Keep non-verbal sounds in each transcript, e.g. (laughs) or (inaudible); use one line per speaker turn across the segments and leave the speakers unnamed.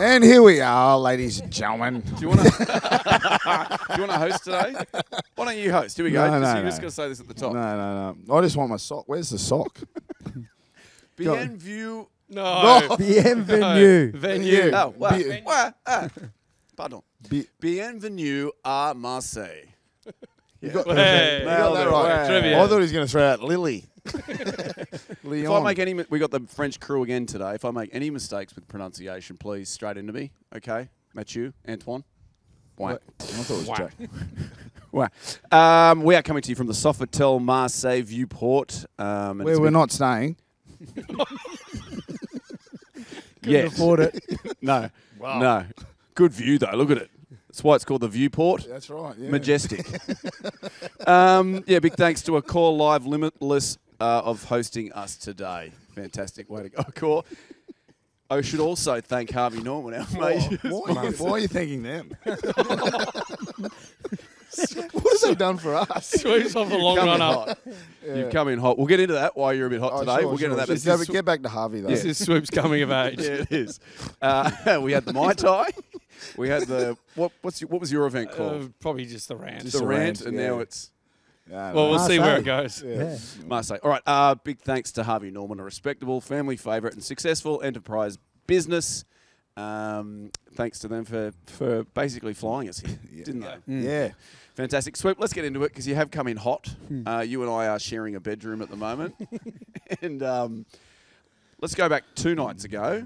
And here we are, ladies and gentlemen.
Do you want to? (laughs) do you want to host today? Why don't you host? Here we go.
No, no,
Just- you're
no.
just going to say this at the
No,
top.
no, no. I just want my sock. Where's the sock?
Bienvenue.
No.
Bienvenue.
Venue.
Oh, wow.
Bien-
Wow. Ah. Pardon.
Bi-
Bienvenue à Marseille.
You got,
Hey.
you got that
Nailed it.
right.
Trivia.
I thought he was going to throw out Lily. Leon.
If I make any, mi- we got the French crew again today. If I make any mistakes with pronunciation, please straight into me. Okay, Mathieu, Antoine. Blank.
I thought it was Jack.
Wow. Um, we are coming to you from the Sofitel Marseille viewport. Um, and it's
Where we're
been-
not staying.
Yes.
Afford it.
(laughs) No. No. Good view though. Look at it. That's why it's called the viewport.
That's right. Yeah.
Majestic. (laughs) um, yeah, big thanks to Accor Live Limitless uh, of hosting us today. Fantastic way to go, Accor. I should also thank Harvey Norman, our mate.
why, are you, why are you thanking them? (laughs) what has they done for us?
Sweeps off
(laughs)
a long run up.
(laughs)
You've come in hot. We'll get into that while you're a bit hot
Oh,
today.
sure,
we'll get
sure,
into that.
sure.
This
Yeah,
is-
but
(laughs)
get back to Harvey though.
This is Swoop's coming of age.
Yeah, it is. Uh, (laughs) we had the Mai Tai. We had
(laughs)
the what? What's your, what was your event called?
Uh, probably just the rant.
Just
the
the
rant,
rant,
and
yeah.
now it's
Yeah,
well, we'll
no.
see where it
Marseille.
goes.
Yeah.
Yeah.
Marseille. All right. Uh, big thanks to Harvey Norman, a respectable, family favourite, and successful enterprise business. Um, thanks to them for, for basically flying us here, didn't they?
(laughs) Yeah. Mm.
Fantastic. Sweep, let's get into it because you have come in hot.
Hmm.
Uh, you and I are sharing a bedroom at the moment. (laughs) and um, let's go back two nights ago.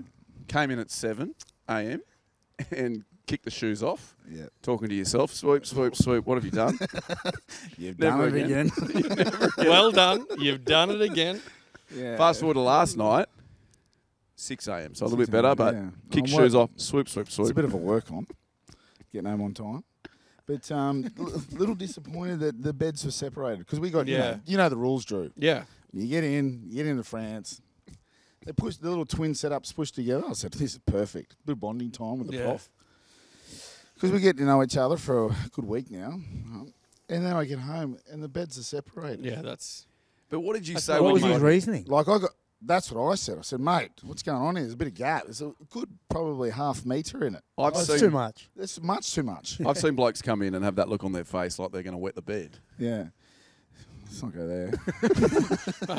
Came in at 7 a.m. (laughs) and kicked the shoes off.
Yeah.
Talking to yourself. Swoop, swoop, swoop. What have
(laughs)
you done?
You've
Never
done it
again.
again.
(laughs) Well done. You've done it again.
yeah.
Fast forward to last night, 6 a.m. So a little bit
6
better,
a.m.,
but
yeah.
kick
I'm
shoes
working.
off, swoop, swoop,
It's a
swoop.
bit of a work on getting home on time. But um, (laughs) l- little disappointed that the beds were separated because we got you,
Yeah.
know, you know the rules, Drew.
Yeah.
You get in, you get into France. They push the little twin setups pushed together. I said, "This is perfect. Good bonding time with the
Yeah.
prof." Because we get to know each other for a good week now, Um, and then I get home and the beds are separated.
Yeah, that's. (laughs)
But what did you
That's
say?
not
What
when
was
you
his
got-
reasoning?
Like I got, that's what I said. I said, "Mate, what's going on here? There's a bit of gap. There's a good, probably half meter in it.
I've
That's
seen,
Oh, too much.
That's much too much."
I've seen blokes come in and have that look on their face like they're going to wet the (laughs) bed.
(laughs) yeah, let's not go there.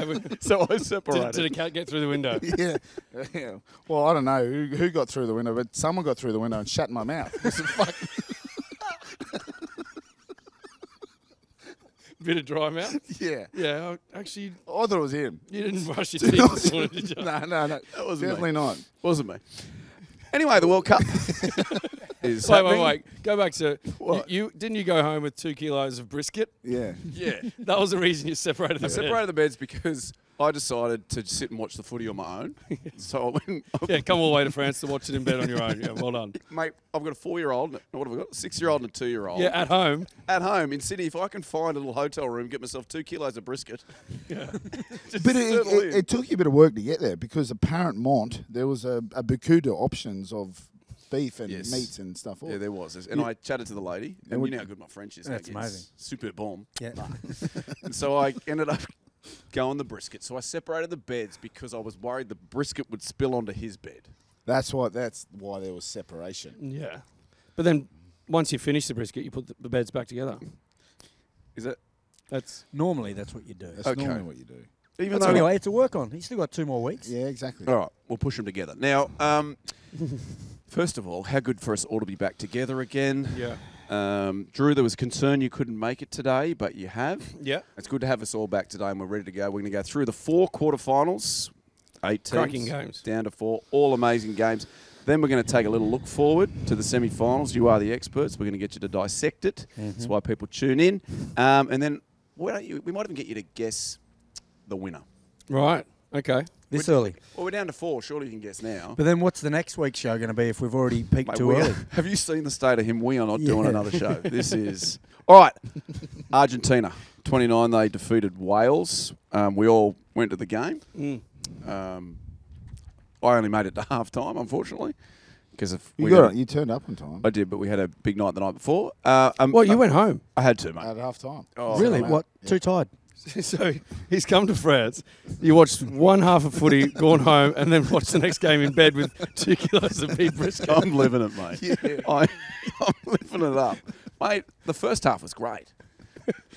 did,
So I
did a
separated.
cat get through the window?
yeah. (laughs) yeah. (laughs) Well, I don't know who, who got through the window, but someone got through the window and shut my mouth. It's a fuck-
Bit of dry mouth.
(laughs) yeah.
Yeah, I- actually,
I thought it was (laughs) him.
you didn't brush your teeth this morning, did
(laughs)
you?
no, no, no. That
wasn't me.
Definitely not.
Wasn't me. Anyway, the (laughs) World Cup is
Wait, wait,
happening.
wait. Go back to you,
What?
you. Didn't you go home with two kilos of brisket?
(laughs) Yeah.
Yeah.
(laughs) That was the reason you separated the
I separated the beds because I decided to sit and watch the footy on my (laughs) own. so I went, (laughs)
Yeah, come all the way to France to watch it in bed on your own. Yeah, well done.
mate, I've got a four-year-old, and- what have I got? Six-year-old and a two-year-old.
Yeah, at home.
at home in Sydney, if I can find a little hotel room, get myself two kilos of brisket.
But it,
settle
it,
in.
it took you a bit of work to get there because apparent Mont, there was a, a Bakuda options of beef and
Yes.
meats and stuff.
Yeah, there was. And I chatted to the lady, and you know how good my French is.
That's
like, it's
amazing.
Super bomb.
Yeah.
and so I ended up (laughs) going the brisket. So I separated the beds because I was worried the brisket would spill onto his bed.
that's why that's why there was separation.
Yeah. But then once you finish the brisket, you put the, the beds back together.
Is that
That's
Normally, that's what you do.
That's
Okay.
normally what you do.
even
But
though?
anyway, it's a work on. He's still got two more weeks.
Yeah, exactly.
All right, we'll push them together now. Um, (laughs) first of all, how good for us all to be back together again.
yeah,
Um, Drew, there was concern you couldn't make it today, but you have.
yeah.
It's good to have us all back today, and we're ready to go. We're going to go through the four quarterfinals, eight teams,
Cracking games.
down to four, all amazing games. Then we're going to take a little look forward to the semi-finals. You are the experts. We're going to get you to dissect it. That's
Mm-hmm.
why people tune in. Um, and then why don't you, we might even get you to guess the winner.
Right. Okay.
This early.
Well, we're down to four. Surely you can guess now.
But then what's the next week's show going to be if we've already peaked
Mate,
too
we are-
early?
(laughs) have you seen the state of him? We are not doing
Yeah.
another
(laughs)
show. This is all right. Argentina, twenty nine. They defeated Wales. Um, we all went to the game.
Mm.
Um, I only made it to (laughs) half time, unfortunately, because if
You
we
got it.
didn't-
You turned up on time
I did, but we had a big night the night before. Uh, um,
Well, you
I-
went home.
I had to, mate.
Uh, at half time.
Oh,
really?
mate.
What?
Yeah.
Too tired?
(laughs) so he's come to France. You watched one half of footy, gone home, and then watched the next game in bed with two kilos of beef
(laughs)
brisket.
I'm living it, mate. I, (laughs) I'm living it up, mate. The first half was great.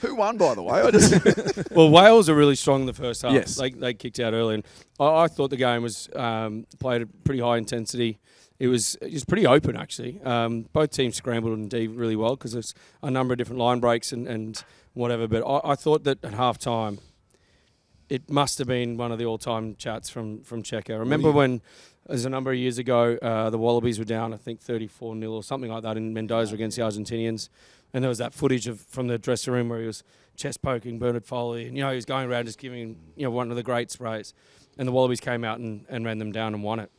Who won, by the way? I just
Well, Wales are really strong in the first half.
Yes.
They, they kicked out early, and I, I thought the game was um, played at pretty high intensity. It was it was pretty open actually. Um, both teams scrambled and d really well because there's a number of different line breaks and, and whatever. But I, I thought that at half time, it must have been one of the all time chats from from Checo. Remember when? There's a number of years ago, uh, the Wallabies were down, I think, 34 0 or something like that in Mendoza against the Argentinians. And there was that footage of from the dressing room where he was chest poking Bernard Foley. And, you know, he was going around just giving, you know, one of the great sprays. And the Wallabies came out and, and ran them down and won it.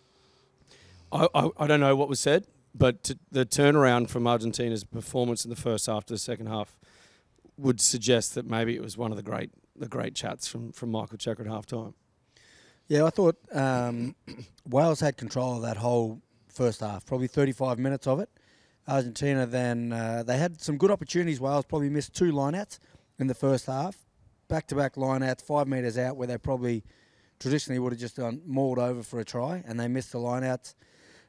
I, I, I don't know what was said, but t- the turnaround from Argentina's performance in the first half to the second half would suggest that maybe it was one of the great the great chats from, from Michael Checker at halftime.
Yeah, I thought um, (clears throat) Wales had control of that whole first half, probably 35 minutes of it. Argentina then, uh, they had some good opportunities. Wales probably missed two lineouts in the first half, back to back lineouts, five metres out, where they probably traditionally would have just done mauled over for a try, and they missed the lineouts.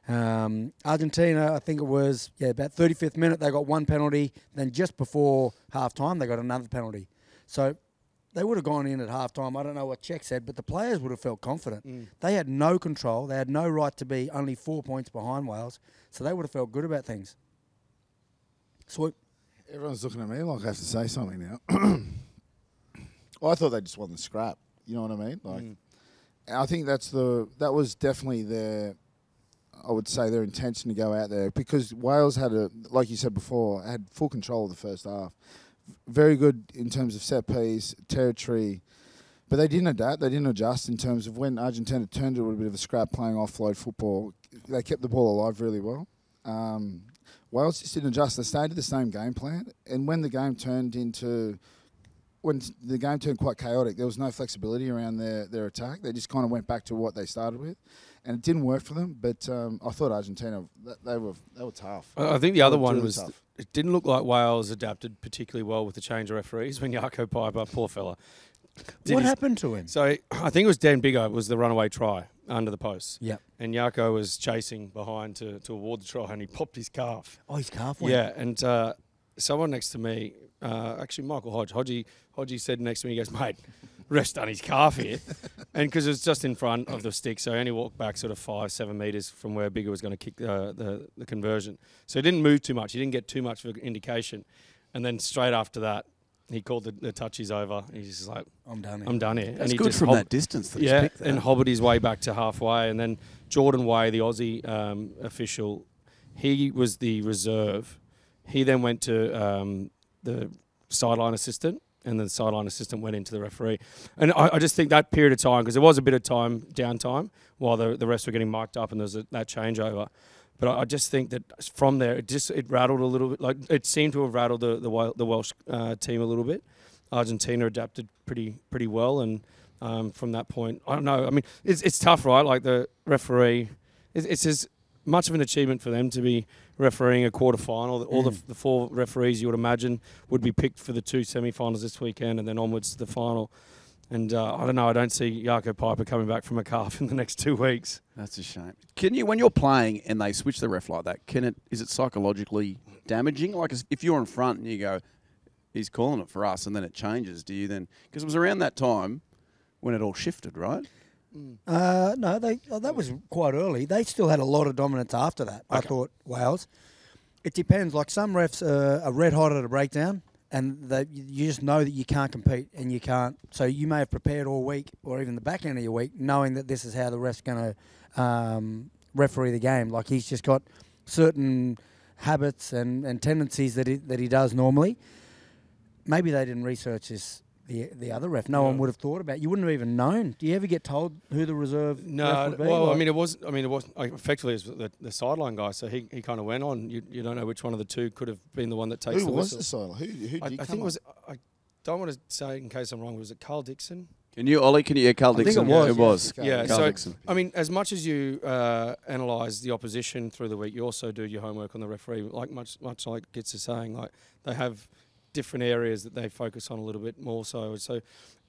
Um, Argentina, I think it was, yeah, about 35th minute, they got one penalty. Then just before half time, they got another penalty. So they would have gone in at half time. I don't know what Czech said, but the players would have felt confident.
Mm.
They had no control. They had no right to be only four points behind Wales. So they would have felt good about things. Swoop.
Everyone's looking at me like I have to say something now. (coughs) well, I thought they just won the scrap. You know what I mean? Like, and I think that's the that was definitely their, I would say their intention to go out there because Wales had a like you said before had full control of the first half, very good in terms of set piece territory. But they didn't adapt. They didn't adjust in terms of when Argentina turned it a bit of a scrap playing offload football. They kept the ball alive really well. Um, Wales just didn't adjust. They stayed to the same game plan. And when the game turned into, when s- the game turned quite chaotic, there was no flexibility around their, their attack. They just kind of went back to what they started with, and it didn't work for them. But um, I thought Argentina, th- they were they were tough.
I I think the other
Well,
one
really
was
tough.
it didn't look like Wales adapted particularly well with the change of referees when Yarko Piper, poor fella. did
what
his-
happened to him?
So I think it was Dan Biggo was the runaway try under the post.
Yeah.
And Yarko was chasing behind to, to award the try and he popped his calf.
Oh, his calf went.
Yeah, and uh, someone next to me, uh, actually Michael Hodge, Hodgie, Hodgie said next to me, he goes, mate, ref's done his
(laughs)
calf here. and because it's just in front of the stick, so he only walked back sort of five, seven metres from where Bigger was going to kick uh, the, the conversion. So he didn't move too much. He didn't get too much of an indication. And then straight after that, he called the, the touches over. He's just like,
I'm done. Here.
I'm done here.
That's
he
good
just
from
hob-
that distance. That
yeah,
he's picked
and hobbled his way back to halfway, and then Jordan Way, the Aussie um, official, he was the reserve. He then went to um, the sideline assistant, and the sideline assistant went into the referee. And I, I just think that period of time, because there was a bit of time downtime while the the rest were getting mic'd up, and there was a, that changeover. But I, I just think that from there, it just it rattled a little bit. Like it seemed to have rattled the the, Wel- the Welsh uh, team a little bit. Argentina adapted pretty pretty well, and um, from that point, I don't know. I mean, it's, it's tough, right? Like the referee, it's, it's as much of an achievement for them to be refereeing a quarter final. All the, the four referees you would imagine would be picked for the two semi-finals this weekend, and then onwards to the final. And uh, I don't know. I don't see Yarko Piper coming back from a calf (laughs) in the next two weeks.
That's a shame. Can you, when you're playing and they switch the ref like that, can it is it psychologically damaging? Like is- if you're in front and you go, he's calling it for us, and then it changes. Do you then? Because it was around that time when it all shifted, right?
Uh, no, they oh, that was quite early. They still had a lot of dominance after that. I thought Wales. It depends. Like some refs uh, are red hot at a breakdown, and they, you just know that you can't compete and you can't. So you may have prepared all week, or even the back end of your week, knowing that this is how the ref's going to um, referee the game. Like he's just got certain habits and, and tendencies that he, that he does normally maybe they didn't research this. The, the other ref, no one would have thought about. You wouldn't have even known. Do you ever get told who the reserve? ref
No,
would be?
well, I
Like-
mean, it was. I mean, it was like, effectively it was the, the sideline guy. So he, he kind of went on. You, you don't know which one of the two could have been the one that takes
Who
the
was
whistle.
the silo? Who, who did
I,
you
I
come
think it
up
was. I don't want to say it in case I'm wrong. Was it Carl Dixon?
Can you, Ollie? Can you? Yeah, Carl
think
Dixon.
it was,
It
yeah.
was.
Carl
yeah.
Dixon.
Carl
so
Dixon.
I mean, as much as you uh, analyse the opposition through the week, you also do your homework on the referee. Like much, much like gets to saying, like they have different areas that they focus on a little bit more. So, so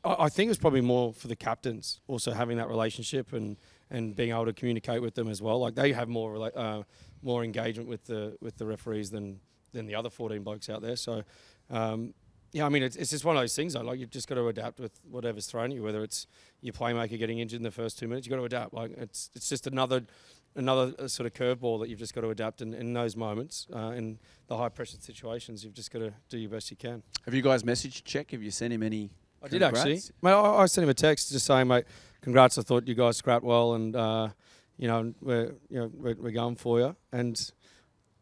I, I think it was probably more for the captains also having that relationship and, and being able to communicate with them as well. Like they have more rela- uh, more engagement with the with the referees than than the other 14 blokes out there. So, um, yeah, I mean, it's, it's just one of those things. Though. Like you've just got to adapt with whatever's thrown at you. Whether it's your playmaker getting injured in the first two minutes, you've got to adapt. Like it's it's just another another uh, sort of curveball that you've just got to adapt. And in, in those moments, uh, in the high pressure situations, you've just got to do your best you can.
Have you guys messaged Check? Have you sent him any?
I did actually. Mate, I, I sent him a text just saying, mate, congrats. I thought you guys scrapped well, and uh, you know we're you know we're, we're going for you. And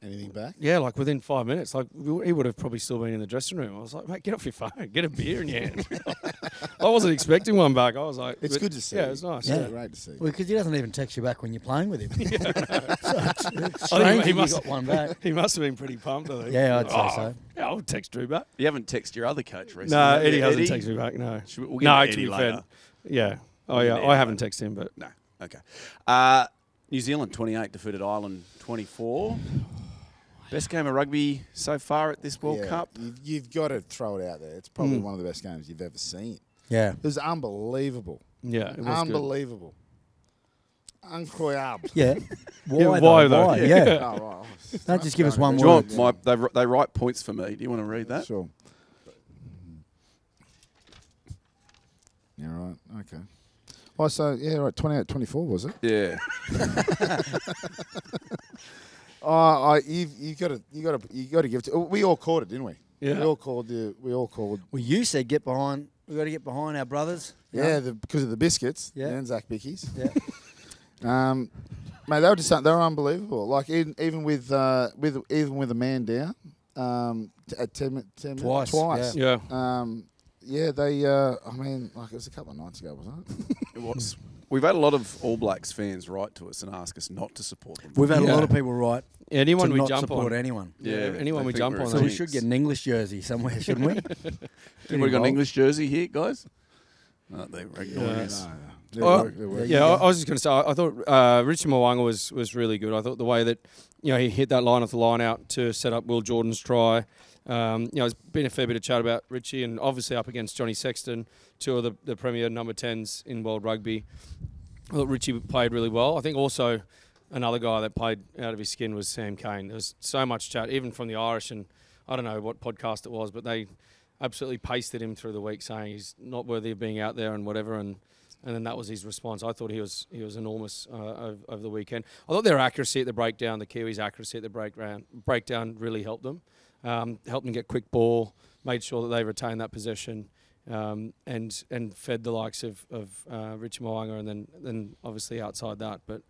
Anything back?
yeah, like within five minutes, like we- he would have probably still been in the dressing room. I was like, mate, get off your phone, get a beer in your hand. (laughs) I wasn't expecting one back. I was like,
It's
but-
good to see.
Yeah, it's nice.
Yeah,
Yeah.
great to see.
Well, because he doesn't even text you back when you're playing
(laughs)
with him. (laughs) so it's, it's
I think
strange
he
if you
must-
got one back.
He must have been pretty pumped. I think.
Yeah, I'd say
Oh,
so.
Yeah, I'll text Drew back.
You haven't texted your other coach recently.
No,
have you,
Eddie hasn't
Eddie?
texted me back. No,
Should we- we'll get
no,
to
to
Eddie
be fair,
later.
yeah. Oh
get
yeah,
to
I
Eddie
haven't texted him, but
No. Okay. Uh, New Zealand 28 defeated Ireland 24. Best game of rugby so far at this World
Yeah,
Cup.
You've, you've got to throw it out there. It's probably
Hmm.
one of the best games you've ever seen.
Yeah.
It was unbelievable.
yeah, it was good.
unbelievable.
(laughs)
Incroyable.
Yeah. Why,
Yeah, why
though?
though?
Why?
Yeah.
Yeah.
Oh,
(laughs)
right.
Don't just give us one
Do you
word.
want my, they, wr- they write points for me. Do you want to read that?
Sure. Mm-hmm. Yeah, right. Okay. Oh, so, yeah, right. 28 24, was it?
(laughs)
Yeah.
Oh, I, you've, you've got to, you got to, you got to give it to. We all called it, didn't we?
Yeah.
We all called the. We all called.
Well, you said get behind. we got to get behind our brothers.
Yeah, the, because of the biscuits.
Yeah.
Yeah. And Zach Bickies.
Yeah.
(laughs) Um, mate, they were just they were unbelievable. Like even, even with uh, with even with a man down, um, t- at ten, min- 10 min-
Twice,
twice.
Yeah,
Um, yeah, they. Uh, I mean, like it was a couple of nights ago, wasn't it?
It was. We've had a lot of All Blacks fans write to us and ask us not to support them.
We've had a
Yeah.
lot of people write
anyone
to
we
not
jump
support
on.
anyone.
Yeah,
anyone
they
we
think
jump
we're
on,
a
So we
jinx.
should get an English jersey somewhere,
(laughs)
shouldn't we?
Anybody got an
involved.
English jersey here, guys? No, they're ignoring
Yeah.
us.
They're
Oh,
work- they're work-
Yeah, I, I was just going to say, I I thought uh, Richie Mwanga was, was really good. I thought the way that you know he hit that line off the line out to set up Will Jordan's try. Um, you know, there's been a fair bit of chat about Richie, and obviously up against Johnny Sexton, two of the, the premier number tens in world rugby. I thought Richie played really well. I think also another guy that played out of his skin was Sam Kane. There was so much chat, even from the Irish, and I don't know what podcast it was, but they absolutely pasted him through the week saying he's not worthy of being out there and whatever. And and then that was his response. I thought he was he was enormous uh, over, over the weekend. I thought their accuracy at the breakdown, the Kiwis' accuracy at the breakdown, breakdown really helped them. Um, helped them get quick ball, made sure that they retained that possession um, and and fed the likes of of uh, Richie Mwanga and then then obviously outside that. But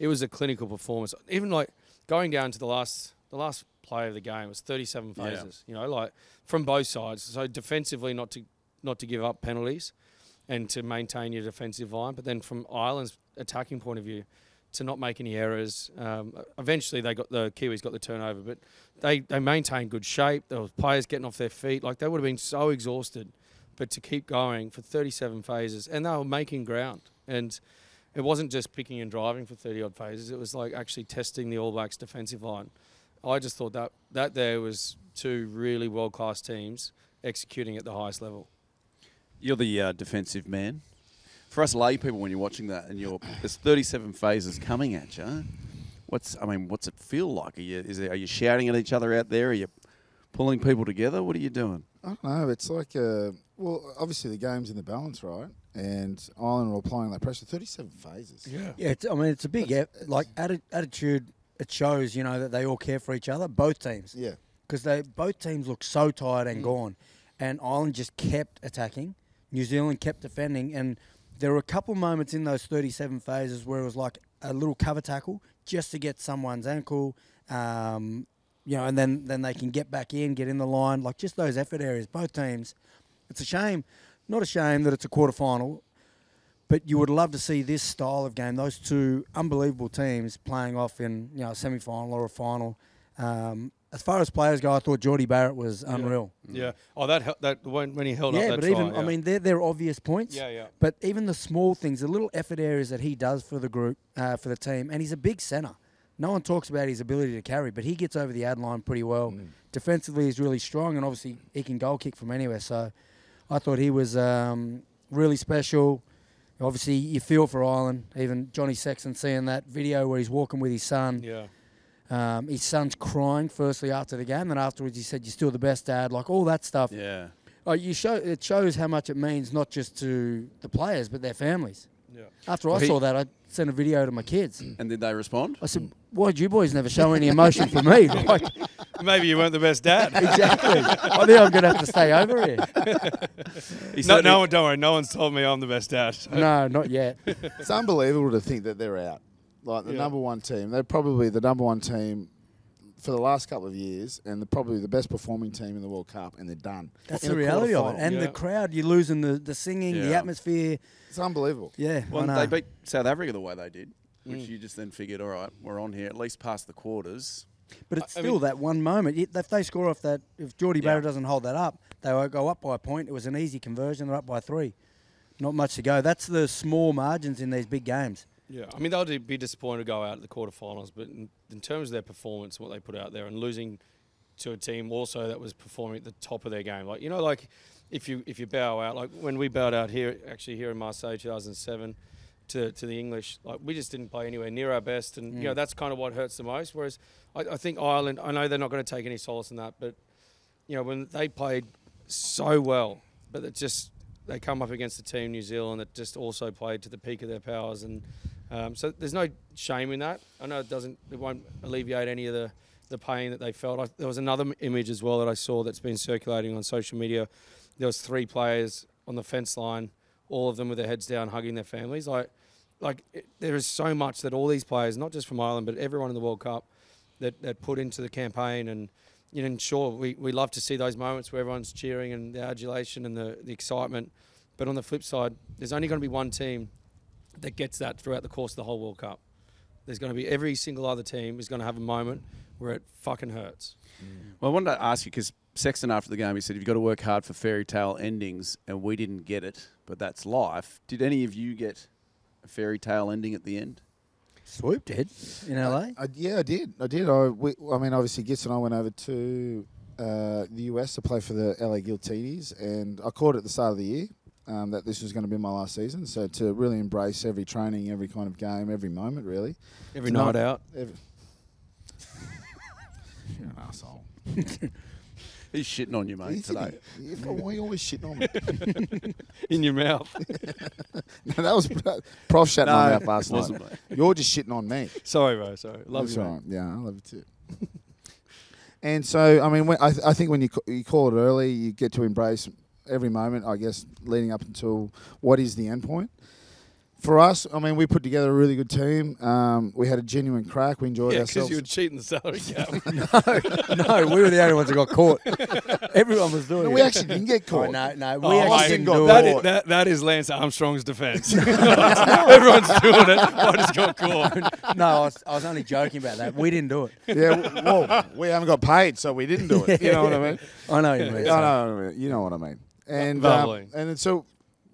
it was a clinical performance. Even like going down to the last the last play of the game was 37
Yeah.
phases. You know, like from both sides. So defensively, not to not to give up penalties and to maintain your defensive line, but then from Ireland's attacking point of view. To not make any errors. Um, eventually, they got the Kiwis got the turnover, but they they maintained good shape. There was players getting off their feet. Like they would have been so exhausted but to keep going for 37 phases and they were making ground and it wasn't just picking and driving for 30 odd phases it was like actually testing the all blacks defensive line i just thought that that there was two really world class teams executing at the highest level
You're the uh, defensive man. For us lay people, when you're watching that and you're there's 37 phases coming at you. What's I mean? What's it feel like? Are you is there, are you shouting at each other out there? Are you pulling people together? What are you doing?
I don't know. It's like, uh, well, obviously the game's in the balance, right? And Ireland were applying that pressure. Thirty-seven phases.
yeah
Yeah, it's, I mean, it's a big eff- like atti- attitude. It shows, you know, that they all care for each other, both teams,
Yeah.
because they both teams look so tired and gone, and Ireland just kept attacking. New Zealand kept defending, and there were a couple moments in those 37 phases where it was like a little cover tackle just to get someone's ankle, um, you know, and then then they can get back in, get in the line, like just those effort areas. Both teams, it's a shame, not a shame that it's a quarter final but you would love to see this style of game, those two unbelievable teams playing off in you know a semi-final or a final. Um, as far as players go, I thought Geordie Barrett was unreal.
yeah oh that hel- that when, when he held
Yeah,
up that
but
try,
even
yeah.
I mean, they're, they're obvious points.
Yeah, yeah.
But even the small things, the little effort areas that he does for the group, uh, for the team, and he's a big center. No one talks about his ability to carry, but he gets over the ad line pretty well.
Mm.
Defensively, he's really strong, and obviously he can goal kick from anywhere. So, I thought he was um, really special. Obviously, you feel for Ireland. Even Johnny Sexton seeing that video where he's walking with his son.
Yeah.
Um, his son's crying firstly after the game, then afterwards he said, "You're still the best dad." Like all that stuff.
Yeah.
Like, you show it shows how much it means not just to the players but their families.
Yeah.
After
Well,
I
he-
saw that, I sent a video to my kids.
And did they respond?
I said, "Why did you boys never show any emotion for me?" (laughs) Like
Maybe you weren't the best dad.
(laughs) exactly. I think I'm gonna have to stay over here.
He
(laughs) no,
certainly-
no one. Don't worry. No one's told me I'm the best dad. (laughs) so-
No, not yet.
It's unbelievable to think that they're out. Like the
Yeah.
number one team, they're probably the number one team for the last couple of years, and they're probably the best performing team in the World Cup, and they're done.
That's
In
the
a
reality of it.
quarterfinal.
And the
Yeah.
crowd, you're losing the, the singing, the
Yeah.
atmosphere.
It's unbelievable.
Yeah,
Well,
I know.
they beat South Africa the way they did, which you just then figured, all right, we're on here, at least past the quarters.
But it's
I- I
still
mean-
that one moment. If if they score off that, if Geordie
Yeah.
Barrow doesn't hold that up, they won't go up by a point. It was an easy conversion. They're up by three. Not much to go. That's the small margins in these big games.
Yeah, I mean they'll do- be disappointed to go out at the quarterfinals, but in, in terms of their performance, what they put out there, and losing to a team also that was performing at the top of their game, like you know, like if you if you bow out, like when we bowed out here, actually here in Marseille, 2007, to to the English, like we just didn't play anywhere near our best, and you know that's kind of what hurts the most. Whereas I, I think Ireland, I know they're not going to take any solace in that, but you know, when they played so well, but it just they come up against a team New Zealand that just also played to the peak of their powers, and um, so there's no shame in that. I know it doesn't, it won't alleviate any of the the pain that they felt. I, there was another m- image as well that I saw that's been circulating on social media. There was three players on the fence line, all of them with their heads down, hugging their families. Like, like it, there is so much that all these players, not just from Ireland, but everyone in the World Cup, that, that put into the campaign and you know and sure we, we love to see those moments where everyone's cheering and the adulation and the, the excitement but on the flip side there's only going to be one team that gets that throughout the course of the whole world cup there's going to be every single other team is going to have a moment where it fucking hurts
Well, I wanted to ask you because Sexton after the game, he said, "You've got to work hard for fairy tale endings," and we didn't get it, but that's life. Did any of you get a fairy tale ending at the end?
Swoop did in LA.
I, yeah, I did. I did. I, we, I mean, obviously, Gitz and I went over to uh, the US to play for the LA Guiltides, and I called at the start of the year um, that this was going to be my last season. So to really embrace every training, every kind of game, every moment, really.
every
To
night
not- (laughs)
out
Every, You're an asshole.
He's shitting on you, mate, today.
Yeah,
(laughs)
why are you always shitting on me? (laughs)
in your mouth
no, that was (laughs) Prof shitting on me
No,
up last
it wasn't,
night. You're just shitting on me.
(laughs) sorry bro sorry love
That's
you mate.
all right. Yeah, I love it too. (laughs) and so, I mean, when, I, th- I think when you ca- you call it early, you get to embrace every moment. I guess leading up until what is the end point. For us, I mean, we put together a really good team. Um, we had a genuine crack. We enjoyed
yeah because
ourselves.
you were cheating
(laughs)
the salary cap
(laughs) no, we were the only ones that got caught. (laughs) Everyone was doing
no,
it.
we actually didn't
(laughs)
get
Oh,
caught.
no, no, we
Oh, I-
actually didn't
got
do
that,
it.
is, that, that is Lance
(laughs)
Armstrong's defense. (laughs) Everyone's doing it. I just got caught.
(laughs) No, I was, I was only joking about that. We didn't do it.
Yeah, w- well, we haven't got paid, so we didn't do it. You know what I
(laughs)
mean?
I know (laughs) you mean.
No, no, no, no, you know what I mean. And um,
Bubbling.
and then so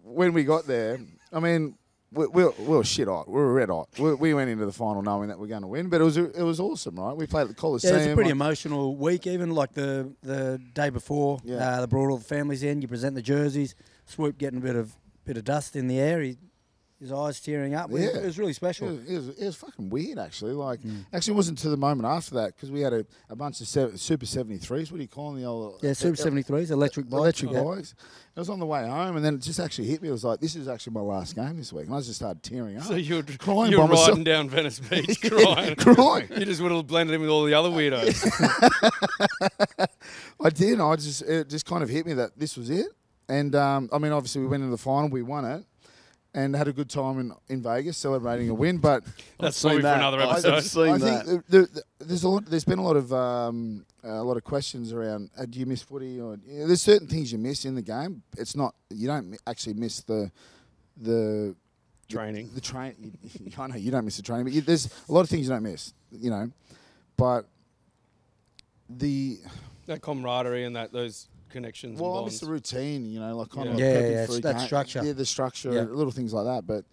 when we got there, I mean, we, we, were- we were shit hot. We were red hot. We, we went into the final knowing that we're going to win, but it was it was awesome, right? We played at the
Yeah,
Coliseum.
it was a pretty
like-
emotional week. Even like the the day before,
Yeah.
uh, they brought all the families in. You present the jerseys. Swoop getting a bit of bit of dust in the air. He, his eyes tearing up. It was-
Yeah.
It was really
It
special.
was, it, was, it was fucking weird, actually. Like,
Mm.
actually, it wasn't to the moment after that because we had a, a bunch of seven, Super 73s. What do you call them? The old
Yeah, Super
e- e-
seventy threes, electric bike.
electric
Yeah.
bikes. I was on the way home, and then it just actually hit me. It was like, this is actually my last game this week, and I just started tearing up.
(laughs) So you were,
Crying
you were
by myself.
riding down
(laughs)
Venice Beach crying.
crying.
You just would have blended in with all the
(laughs)
other weirdos.
I did. I just it just kind of hit me that this was it. And um, I mean, obviously, we went into the final, we won it, and had a good time in, in Vegas celebrating a win. But
That's
seen
probably for
that.
another
I've
episode.
seen- Seen
I
that.
think the, the, there's a lot. There's been a lot of um, a lot of questions around. Uh, do you miss footy? Or you know, there's certain things you miss in the game. It's not you don't mi- actually miss the the
Training.
the train. (laughs) I know you don't miss the train, but you, there's a lot of things you don't miss. You know, but the
That camaraderie and that those connections.
Well, I
and
miss
bonds.
the routine, you know, like kind
Yeah.
of
Yeah, yeah,
prepping
yeah,
for
it's
a
that
game.
structure.
Yeah, the structure,
Yeah.
little things like that. But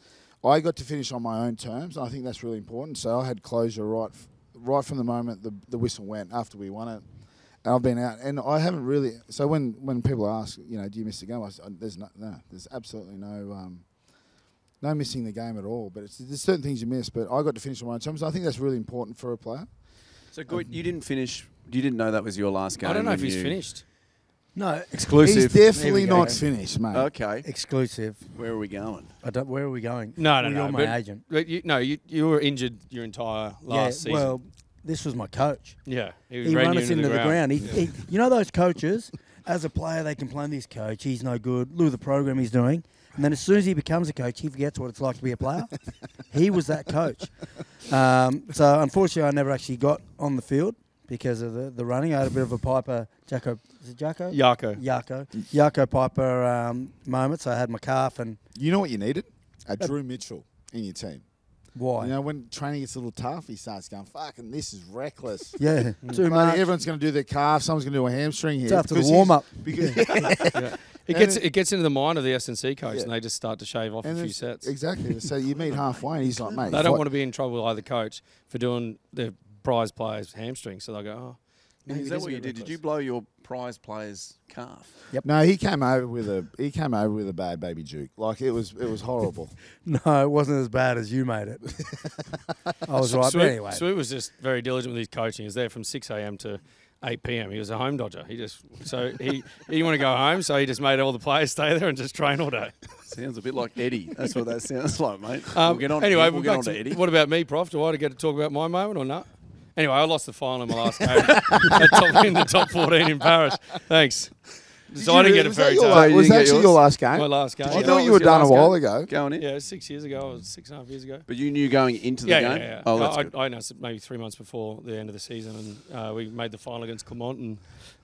I got to finish on my own terms, and I think that's really important. So I had closure right, f- right from the moment the, the whistle went after we won it. And I've been out, and I haven't really. So when, when people ask, you know, do you miss the game? I said, there's no, no, there's absolutely no, um, no missing the game at all. But it's, there's certain things you miss. But I got to finish on my own terms. I think that's really important for a player.
So Goit, you didn't finish. You didn't know that was your last game.
I don't know
and
if he's
you-
finished.
No,
Exclusive.
He's definitely
There we go.
not finished, mate.
okay.
exclusive.
Where are we going?
I don't, where are we going?
No, no,
Well,
no.
You're
but-
my agent.
But you, no, you, you were injured your entire last
yeah,
season.
well, this was my coach.
yeah, he, was
He
ran
ran
you
us into, the, ground.
(laughs)
He, he, you know those coaches. As a player, they complain this coach. He's no good. Look at the program he's doing. And then as soon as he becomes a coach, he forgets what it's like to be
(laughs)
a player. he was that coach. Um, so unfortunately, I never actually got on the field because of the, the running. I had a bit of a Piper Jacko. Is it Jacko? (laughs)
Yarko.
Yarko. Yarko Piper um, moment. So I had my calf and
You know what you needed? A Drew Mitchell in your team.
why?
You know, when training gets a little tough, he starts going, fucking, this is reckless.
Yeah. Too
Mate,
much.
everyone's going to do their calf. Someone's going to do a hamstring here.
It's after the
Because he's-
warm-up. (laughs)
Because
It gets it gets into the mind of the SNC coach,
Yeah.
and they just start to shave off a
and
few
it's-
sets. (laughs)
Exactly. So you meet halfway, and he's like, mate.
They don't want to be in trouble either, coach, for doing their prize players' hamstring. So they go, oh, maybe
Is
it
that
is a
what you
bit
did? Did
reckless."
you blow your prize player's calf?
(laughs) No, he came over with a he came over with a bad baby juke. Like it was it was horrible.
(laughs) No, it wasn't as bad as you made it. (laughs) I was right, but
Sweet-
anyway.
Sweet was just very diligent with his coaching. He was there from 6 a.m. to 8 p.m. He was a home dodger. He just so he, he didn't want to go home, so he just made all the players (laughs) stay there and just train all day.
Sounds a bit like Eddie. That's what that sounds like, mate.
Um,
we'll get on.
anyway,
we'll, get
back
on to,
to-
Eddie.
What about me, Prof? Do I get to talk about my moment or not? Anyway, I lost the final in my last game (laughs) at top, in the top 14 in Paris. Thanks. (laughs) So I didn't get a
was that
fairy
your
tale.
la-
You
was
didn't
that
get
actually
yours?
your last game?
my last game.
I
know
thought
it
you
was
were
your
done a
last
while
game?
ago.
Going in,
Yeah, six years ago, or six and a half years ago.
but you knew going into the
yeah,
game.
Yeah, yeah.
Oh,
No,
that's
I,
good.
I announced it maybe three months before the end of the season, and uh, we made the final against Clermont and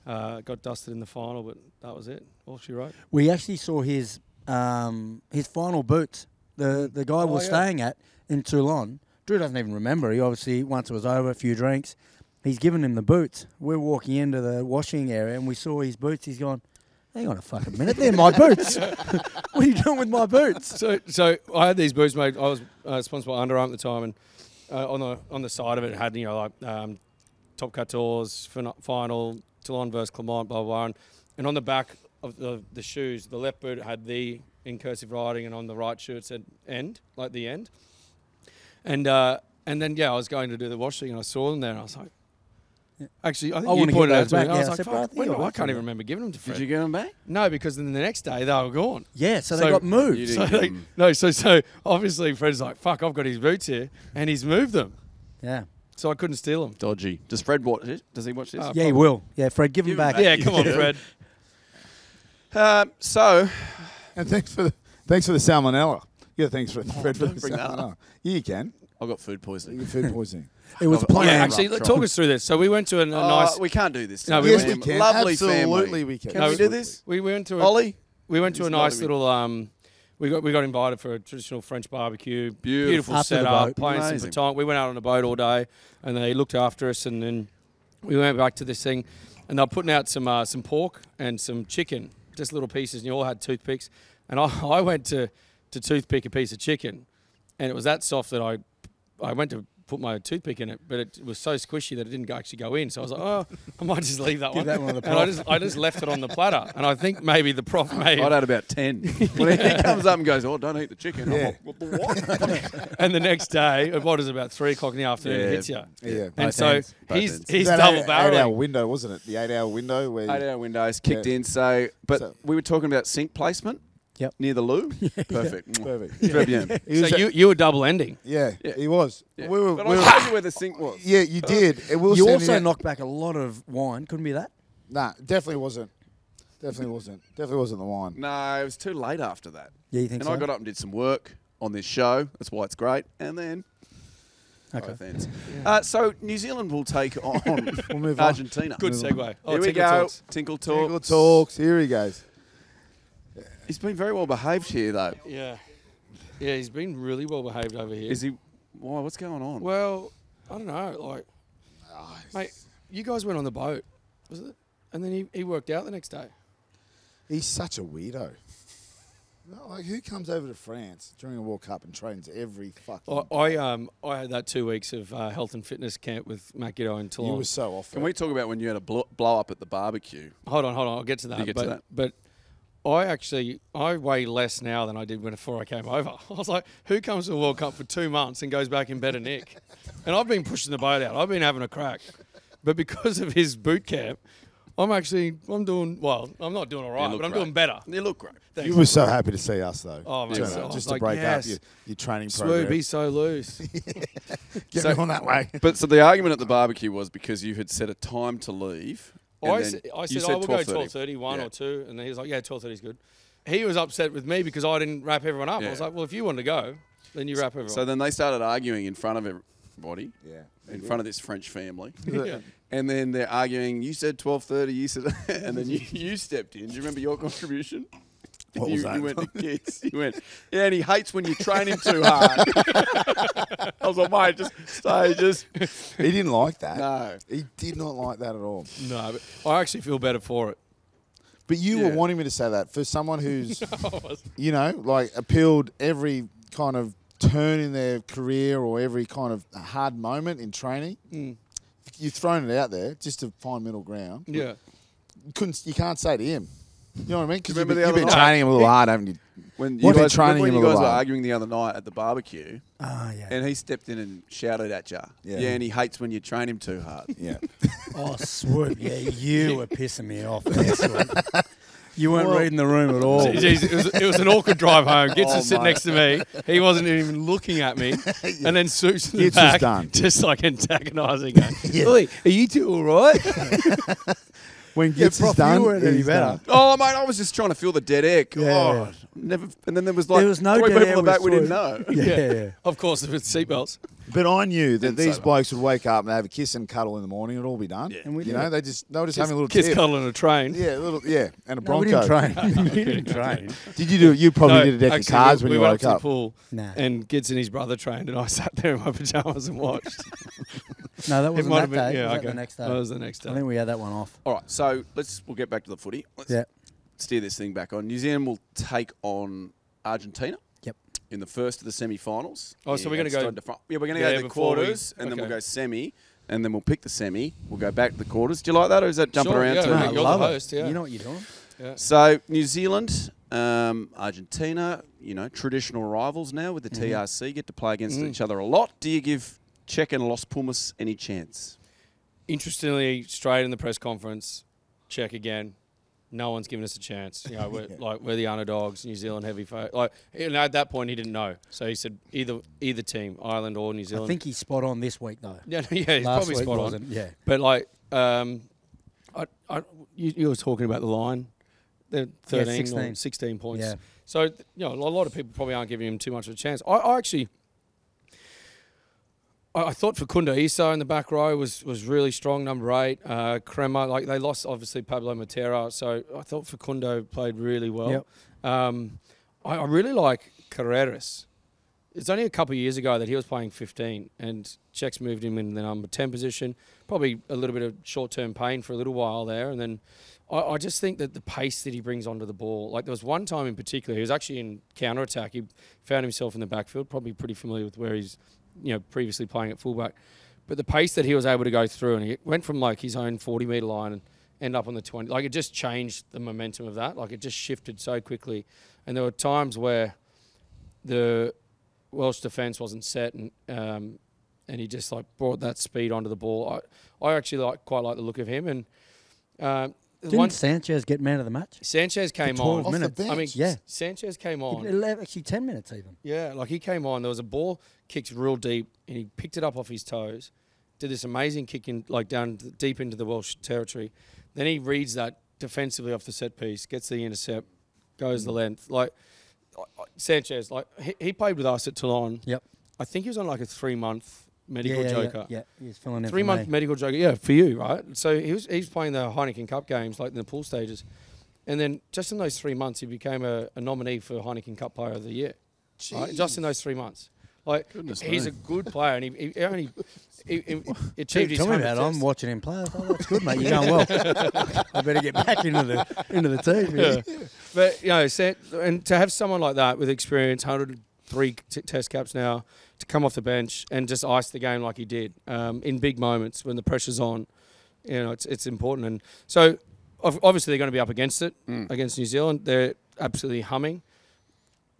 uh, got dusted in the final, but that was it. All she wrote.
We actually saw his um, his final boots. The the guy we're staying at in Toulon. Drew doesn't even remember. He obviously once it was over, a few drinks, he's given him the boots. We're walking into the washing area and we saw his boots. He's gone. Hang on a fucking minute, they're my boots. (laughs) what are you doing with my boots?
So, so I had these boots made. I was uh, sponsored by Under Armour at the time, and uh, on the on the side of it, it had you know like um, Top Couture final, Toulon versus Clermont, blah blah, blah. And, and on the back of the, the shoes, the left boot had the in cursive writing, and on the right shoe it said end, like the end. And uh, and then yeah, I was going to do the washing, and I saw them there, and I was like. Actually, I think
I
you
wanna get
pointed out
those
to me.
back,
and I
yeah.
was
I
like,
said, "Bro, I
"Fuck,
think
when
I
do I
want
can't
them."
even remember giving them to Fred.
Did you get them back?
No, because then the next day they were gone.
Yeah, so they
So-
got
You
moved.
didn't
So
get
like,
them.
no, so so obviously Fred's like, "Fuck, I've got his boots here," and he's moved them,
Yeah,
so I couldn't steal them.
Dodgy. Does Fred watch it? Does he watch this?
Uh,
yeah, he will. Yeah, Fred, give him
Give him
back.
back.
Yeah, come on, Fred.
Um, so
And thanks for the, thanks for the salmonella. Yeah, thanks for
Oh,
Fred for the
bring
(laughs)
that
salmonella. Yeah, you
(laughs)
can.
I got food
You
poisoning.
get food poisoning.
It was
Yeah,
planned.
Yeah, actually,
Rough
talk
try.
us through this. So we went to a, a
Oh,
nice.
we can't do this. to
No,
the
we
yes, we
family.
can.
Lovely
Absolutely,
family.
we can.
Can we do
Absolutely.
this?
We went to a,
Ollie,
We went to
He's
a
not
nice
even-
little. Um, we got we got invited for a traditional French barbecue.
Beautiful.
Up to the
setup,
boat.
playing some
Amazing.
baton. We went out on a boat all day, and they looked after us, and then we went back to this thing, and they were putting out some uh, some pork and some chicken, just little pieces, and you all had toothpicks, and I, (laughs) I went to to toothpick a piece of chicken, and it was that soft that I I went to put my toothpick in it, but it was so squishy that it didn't go- actually go in. So I was like, oh, I might just leave that one.
that one to
(laughs)
the
and I
prof.
just I just left it on the platter, and I think maybe the prof made.
I'd had about ten. (laughs) When he comes up and goes, "Oh, don't eat the chicken." I'm
Yeah.
like, "What the
(laughs)
what?"
and the next day, what is it, about three o'clock in the afternoon,
Yeah.
it hits you.
Yeah.
And
Both
so
ends. Both
he's
ends.
he's
That
double
eight, eight hour
barreling.
window, wasn't it? The eight hour window where
Eight hour windows kicked
Yeah.
in. So, but
So-
we were talking about sink placement.
Yep.
Near
(laughs)
the loo. Perfect.
perfect.
(laughs)
(laughs)
Très bien.
He was
so
a-
you you were double ending.
yeah,
Yeah.
he was.
Yeah.
We were,
but
we
I
were-
showed you where
(laughs)
the sink was.
yeah, you did. It was
You
standing
also
out-
knocked back a lot of wine. Couldn't be that.
Nah, definitely wasn't. Definitely wasn't. Definitely wasn't the wine.
No, it was too late after that.
Yeah, you think
and
so?
I got up and did some work on this show. That's why it's great. And then.
Okay.
both ends. Uh, so New Zealand will
(laughs)
take on
We'll move on.
Argentina.
Good segue. Oh,
Here we
Tinkle
go.
Talks.
Tinkle talk.
Tingle talks. Here he goes.
He's been very well behaved here, though.
Yeah, yeah, he's been really well behaved over here.
Is he? Why? What's going on?
Well, I don't know. Like, mate, you guys went on the boat, was it? And then he, he worked out the next day.
He's such a weirdo. No, like who comes over to France during a World Cup and trains every fucking?
I, I um I had that two weeks of uh, health and fitness camp with Matt Giddo in
you
Toulon.
were so off.
Can
it.
we talk about when you had a blow, blow up at the barbecue?
hold on, hold on. I'll get to that.
You get to
but,
that.
But I actually I weigh less now than I did when before I came over. (laughs) I was like, who comes to the World Cup for two months and goes back in
(laughs)
better nick? and I've been pushing the boat out. I've been having a crack, but because of his boot camp, I'm actually I'm doing well. I'm not doing all right,
look
but I'm
great.
doing better.
You look great.
You were so happy to see us though.
Oh, mate,
Turn
so
up,
I was
just
like,
to break
yes.
up your, your training
Swoop,
program.
he's so
(laughs)
loose.
Get
So-
me on that way.
(laughs)
But so the argument at the barbecue was because you had set a time to leave. and
I,
then
s- I
you
said, I will go
12:30.
12.30, one
Yeah.
or two. And then he was like, yeah, 12.30 is good. He was upset with me because I didn't wrap everyone up. I was
Yeah.
like, well, if you want to go, then you wrap everyone
So then they started arguing in front of everybody,
Yeah.
in front of this French (laughs) family.
yeah.
And then they're arguing. You said twelve thirty. You said, (laughs) and then you, you stepped in. Do you remember your contribution?
What
you,
was that?
you went to (laughs) kids. You went, yeah. And he hates when you train him too (laughs) hard. I was like, mate, just stay, just
He didn't like that.
(laughs) No.
he did not like that at all.
No, but I actually feel better for it.
But you
Yeah.
were wanting me to say that for someone who's,
I was-
you know, like appealed every kind of turn in their career or every kind of hard moment in training. You've thrown it out there just to find middle ground.
yeah.
You couldn't you can't say to him. You know what I mean? Because you've
Remember
been,
the
you've been
other night?
training him a little hard, haven't you?
When you
What did
guys,
training
remember when
him
you guys were
allow?
arguing the other night at the barbecue,
Ah, yeah.
and he stepped in and shouted at you. Yeah.
Yeah.
and he hates when you train him too hard. (laughs)
Yeah.
Oh, swoop. Yeah, you were pissing me off. there, Swoop. You weren't reading the room
(laughs)
at all.
Jeez, it, was, it was an awkward drive home. Gets
Oh,
to sit
mate.
next to me. He wasn't even looking at me. And then Suits in the
Gits was
back,
done.
just like antagonising. going, Oi, are you two all right?
when
Yeah,
Gitz
Prof,
is
you
done,
weren't any
he's
better.
done.
Oh mate, I was just trying to feel the dead air. God,
Yeah.
never. And then there was like
there was no
three
dead
people
air
in the
with
back we didn't know. (laughs)
Swoop. Yeah. yeah.
(laughs) of course, with seatbelts.
But I knew that
Didn't say
these
that.
blokes would wake up and have a kiss and cuddle in the morning. It'd all be done.
Yeah.
And we
you
did it.
know, they just they were just having a little
Kiss
tip.
cuddle on a train.
Yeah, a little yeah, and a
No, we
bronco.
didn't train. (laughs) we didn't train.
Did you do? You probably
No,
did a deck
actually,
of cards
we,
when
we
you
went
woke
up to the
up.
pool,
Nah.
and Gids and his brother trained, and I (laughs) sat there in my pajamas and watched.
No, that
it
wasn't
might
that
have been
day.
yeah,
it was that
okay.
the next day.
That was the next
I
day.
think we had that one off.
All right, so let's we'll get back to the footy. Let's
Yeah.
steer this thing back on. New Zealand will take on Argentina
Yep.
in the first of the semi-finals.
Oh, so we're
And
gonna go-
straight to fi- yeah, we're going to
Yeah,
go to the
before we-
quarters, and then we'll
okay.
go semi, and then we'll pick the semi. We'll go back to the quarters. Do you like that, or is that jumping
Sure,
around
yeah,
too
I
much?
think
I
you're the
Ah, love
host,
it.
yeah.
You know what you're doing.
So New Zealand, um, Argentina, you know, traditional rivals now with the TRC get to play against each other a lot. Do you give Czech and Los Pumas any chance?
Interestingly, straight in the press conference, check again. No one's given us a chance. You know,
(laughs)
we're like we're the underdogs. New Zealand heavy fa- like. And at that point, he didn't know, so he said either either team, Ireland or New
I
Zealand.
think he's spot on this week though.
(laughs) yeah, no, yeah, he's
Last
probably
week
spot
wasn't,
on.
yeah.
but like, um, I, I, you, you were talking about the line. They're 13 or
16.
16 points.
Yeah.
So, th- you know, a lot of people probably aren't giving him too much of a chance. I, I actually, I, I thought Facundo Iso in the back row was, was really strong, number eight. Uh, Crema, like they lost obviously Pablo Matera. So I thought Facundo played really well.
Yep.
Um, I, I really like Carreras. It's only a couple of years ago that he was playing 15, and Czechs moved him in the number 10 position. Probably a little bit of short term pain for a little while there. And then I, I just think that the pace that he brings onto the ball, like there was one time in particular, he was actually in counter attack. He found himself in the backfield, probably pretty familiar with where he's you know previously playing at fullback. But the pace that he was able to go through, and he went from like his own 40 meter line and end up on the 20, like it just changed the momentum of that. Like it just shifted so quickly. And there were times where the Welsh defence wasn't set, and um, and he just like brought that speed onto the ball. I, I actually like quite like the look of him, and um,
Didn't
once
Sanchez get man of the match?
Sanchez came
12
on.
Off the
minutes.
bench.
I mean,
Yeah.
Sanchez came on.
Ele- Actually, ten minutes even.
Yeah, like he came on. There was a ball kicked real deep, and he picked it up off his toes, did this amazing kick in like down th- deep into the Welsh territory. Then he reads that defensively off the set piece, gets the intercept, goes
Mm.
the length. Like I- I- Sanchez, like he, he played with us at Toulon.
Yep.
I think he was on like a three month
Yeah,
medical
yeah,
joker.
yeah, yeah. He was filling in
Three
for
month
me.
medical joker, yeah, for you, right? So he was he's playing the Heineken Cup games, like in the pool stages, and then just in those three months, he became a, a nominee for Heineken Cup Player of the Year. Right? Just in those three months, Like
Goodness
he's
me.
a good player, and he, he only he,
(laughs)
he
Gee,
achieved his
tell me about it.
100
I'm
tests.
watching him play. I thought, that's good, mate. You're going well. I better get back into the into the team. Yeah.
But you know, Sam- and to have someone like that with experience, 103 t- Test caps now, to come off the bench and just ice the game like he did um, in big moments when the pressure's on, you know, it's it's important. And so, ob- obviously, they're going to be up against it against New Zealand. They're absolutely humming.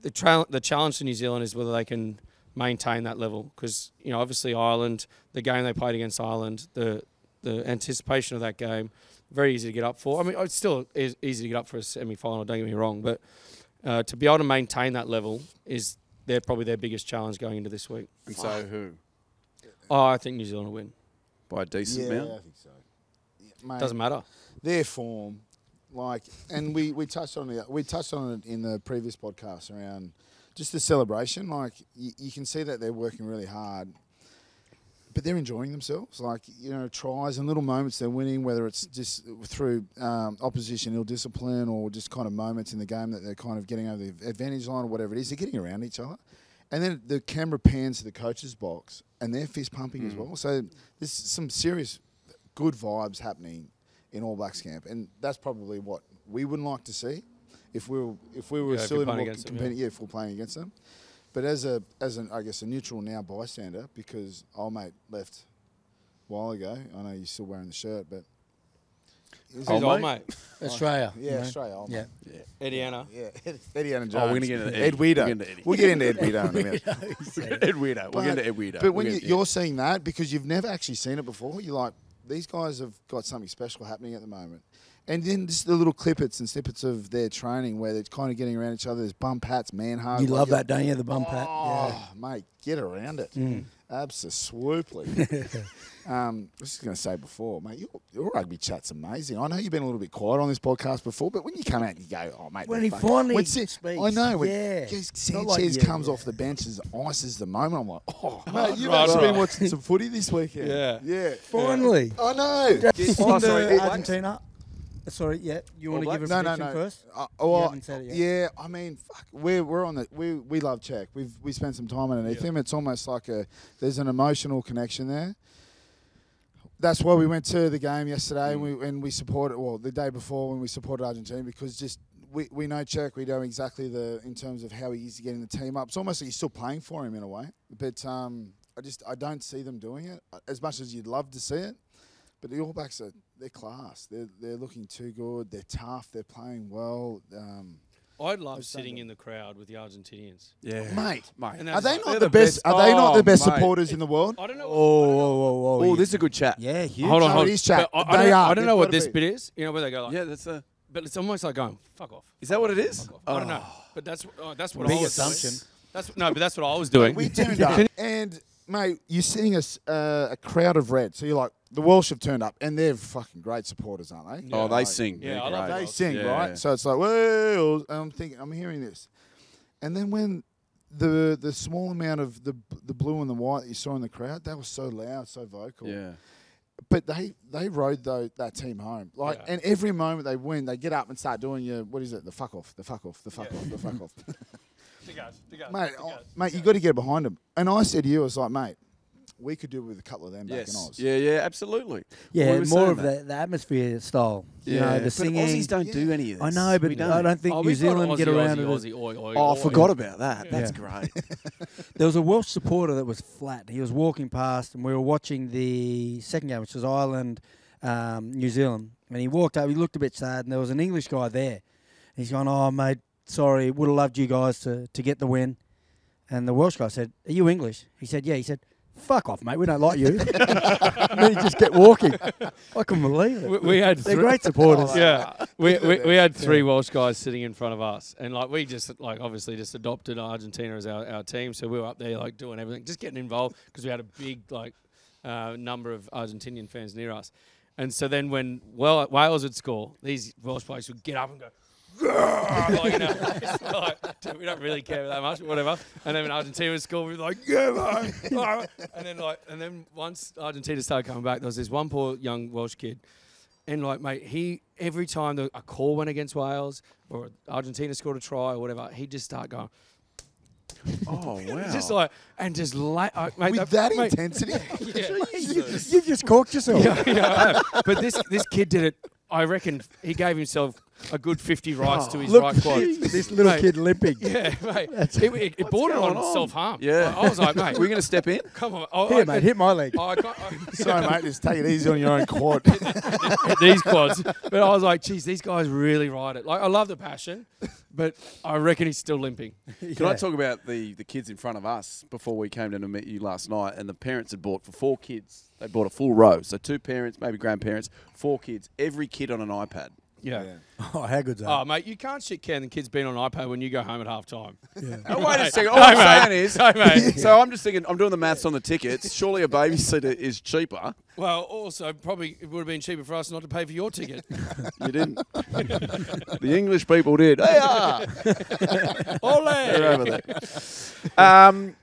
The tra- the challenge to New Zealand is whether they can maintain that level because you know, obviously, Ireland, the game they played against Ireland, the the anticipation of that game, very easy to get up for. I mean, it's still is easy to get up for a semi final, don't get me wrong, but uh, to be able to maintain that level is they're probably their biggest challenge going into this week.
And so who?
Oh, I think New Zealand will win.
By a decent
yeah, I
amount?
think so. Yeah, mate,
Doesn't matter.
Their form, like, and we, we touched on it. We touched on it in the previous podcast around just the celebration. Like, you, you can see that they're working really hard, but they're enjoying themselves. Like, you know, tries and little moments they're winning, whether it's just through um, opposition ill discipline or just kind of moments in the game that they're kind of getting over the advantage line or whatever it is. They're getting around each other. And then the camera pans to the coach's box, and they're fist pumping
Mm.
as well. So there's some serious good vibes happening in All Blacks camp, and that's probably what we wouldn't like to see if we were if we were
Yeah, if
still
you're
in a
playing
more
against them,
competitive yeah. if we're playing against them. But as a as an I guess a neutral now bystander because old mate left a while ago. I know you're still wearing the shirt, but
Who's
Old
old
mate?
mate?
Australia.
Yeah,
you know.
Australia, old
Yeah.
Ediana.
yeah, (laughs) Eddie Allen Jones.
Oh, we're gonna get into Ed.
Ed Weeder.
We're getting to Eddie.
We'll get into Ed Weeder
(laughs)
in a minute.
Ed Weirdo. We're going to Ed Weirdo.
But when
We're
you,
gonna-
you're seeing that because you've never actually seen it before, you're like, these guys have got something special happening at the moment. And then just the little clippets and snippets of their training where they're kind of getting around each other. There's bump hats, man hard.
You love that, don't you? The bum pat. Yeah. Mm.
Oh, mate, get around it.
(laughs)
Absolutely. um, I was just going to say before, mate, your, your rugby chat's amazing. I know you've been a little bit quiet on this podcast before, but when you come out and you go, oh, mate,
When
they're
he
fucking-"
finally
when Sa- I
speaks,
know. When
yeah.
Gus
Not like
Sanchez
you,
comes
yeah.
off the bench and ices the moment, I'm like, oh, mate, you've
right,
actually
right.
been watching some footy this
(laughs)
weekend.
Yeah.
Yeah.
Finally.
I know.
On
Oh, sorry, All
the
Blacks?
uh, Argentina. Uh, Sorry, yeah. You want to give a prediction first?
Uh, well,
haven't said it yet.
Yeah, I mean, fuck, we're, we're on the we, we love Czech. We've we spent some time underneath him. It's almost like a there's an emotional connection there. That's why we went to the game yesterday and we and we supported well the day before when we supported Argentina because just we, we know Czech we know exactly the in terms of how he is getting the team up. It's almost like you're still playing for him in a way, but um, I just I don't see them doing it Uh, as much as you'd love to see it. But the All Blacks are they're class. They're they're looking too good. They're tough. They're playing well. Um,
I'd love sitting in the crowd with the Argentinians.
Yeah.
Mate.
Mate.
And
are
that's
they not
like-
they're
the,
the
best?
best-
Are they not
Oh,
the best
mate.
supporters in the
(laughs)
world?
I don't know.
Oh, whoa, whoa, whoa.
Oh, this is a good chat.
Yeah, huge.
hold on,
No,
hold
it
on.
is chat.
But I, I
They
don't,
are.
I don't
They've
know what
gotta
this
be.
bit is. You know where they go like.
Yeah, that's a.
But it's almost like going fuck off.
Is that what it is?
I don't know. But that's oh, that's what
Big
I was
assumption.
Doing. That's no, but that's what I was doing.
We turned up, and mate, you're seeing us uh, a crowd of red. So you're like, the Welsh have turned up, and they're fucking great supporters, aren't they?
Oh, they
Like,
sing.
Yeah,
They're
I love
great.
They
Wales.
sing,
Yeah.
right? So it's like, well, I'm thinking, I'm hearing this, and then when the the small amount of the the blue and the white that you saw in the crowd, they were so loud, so vocal.
Yeah.
but they they rode tho- that team home. Like,
Yeah.
and every moment they win, they get up and start doing your what is it? The fuck off, the fuck off, the fuck off, the fuck off, mate, oh, mate. You got to get behind them. And I said to you, I was like, mate, we could do with a couple of them back in
Yes.
Oz.
Yeah, yeah, absolutely.
Yeah,
We were
more
saying
of
that.
the, the atmosphere style. You know, the
but
singing.
Aussies don't do any of this.
I know, but
We don't.
I don't think
Oh,
New
we've got
Zealand
Aussie,
get around
Aussie,
to this.
Aussie, oi, oi,
Oh, I
oi.
forgot about that. That's
Yeah.
great.
There was a Welsh supporter that was flat. He was walking past, and we were watching the second game, which was Ireland, um, New Zealand. And he walked up. He looked a bit sad, and there was an English guy there. And he's going, "Oh, mate, sorry. Would have loved you guys to to get the win." And the Welsh guy said, "Are you English?" He said, "Yeah." He said, "Fuck off, mate. We don't like you." (laughs) and then he just kept walking. I couldn't believe
We,
it.
we had
They're
three-
great supporters.
Yeah, we, we, we had three Welsh guys sitting in front of us, and like we just like obviously just adopted Argentina as our, our team, so we were up there like doing everything, just getting involved because we had a big like uh, number of Argentinian fans near us, and so then when well Wales would score, these Welsh players would get up and go. "Yeah!" like, you know, (laughs) it's like, dude, we don't really care that much, whatever. And then when Argentina was scored, we were like, yeah, mate. (laughs) alright." And then like, and then once Argentina started coming back, there was this one poor young Welsh kid and like, mate, he every time the, a call went against Wales or Argentina scored a try or whatever, he'd just start going.
(laughs) Oh wow!
Just like and just la- I, mate,
With
I-
that
mate, (laughs)
intensity, (laughs)
you, you've just corked yourself.
Yeah, yeah, I know. But this this kid did it. I reckon he gave himself a good fifty rights to his right quad.
(laughs) this little
Mate.
kid limping.
(laughs) Yeah, mate. It, it, it bordered
going
on,
on?
self harm.
Yeah.
I, I was
(laughs)
like, mate,
We're going to step in.
(laughs) come on. I, I
Here, mate,
could-
hit
(laughs)
my leg.
I got, I-
sorry mate, just take it easy on your own quad.
these quads. But I was like, geez, these guys really ride it. Like, I love the passion, but I reckon he's still limping.
Can I
Yeah.
talk about the, the kids in front of us before we came down to meet you last night? And the parents had bought for four kids. They bought a full row, so two parents, maybe grandparents, four kids, every kid on an iPad.
Yeah.
Oh, how good's that?
Oh, mate, you can't shit can the kids being on iPad when you go home at
(laughs)
half time.
Oh, wait a second. All I'm saying is,
No,
(laughs)
mate.
so I'm just thinking, I'm doing the maths on the tickets. Surely a babysitter is cheaper.
Well, also, probably it would have been cheaper for us not to pay for your ticket. (laughs)
You didn't. the English people did. ah. They are.
Ole!
over there. Um,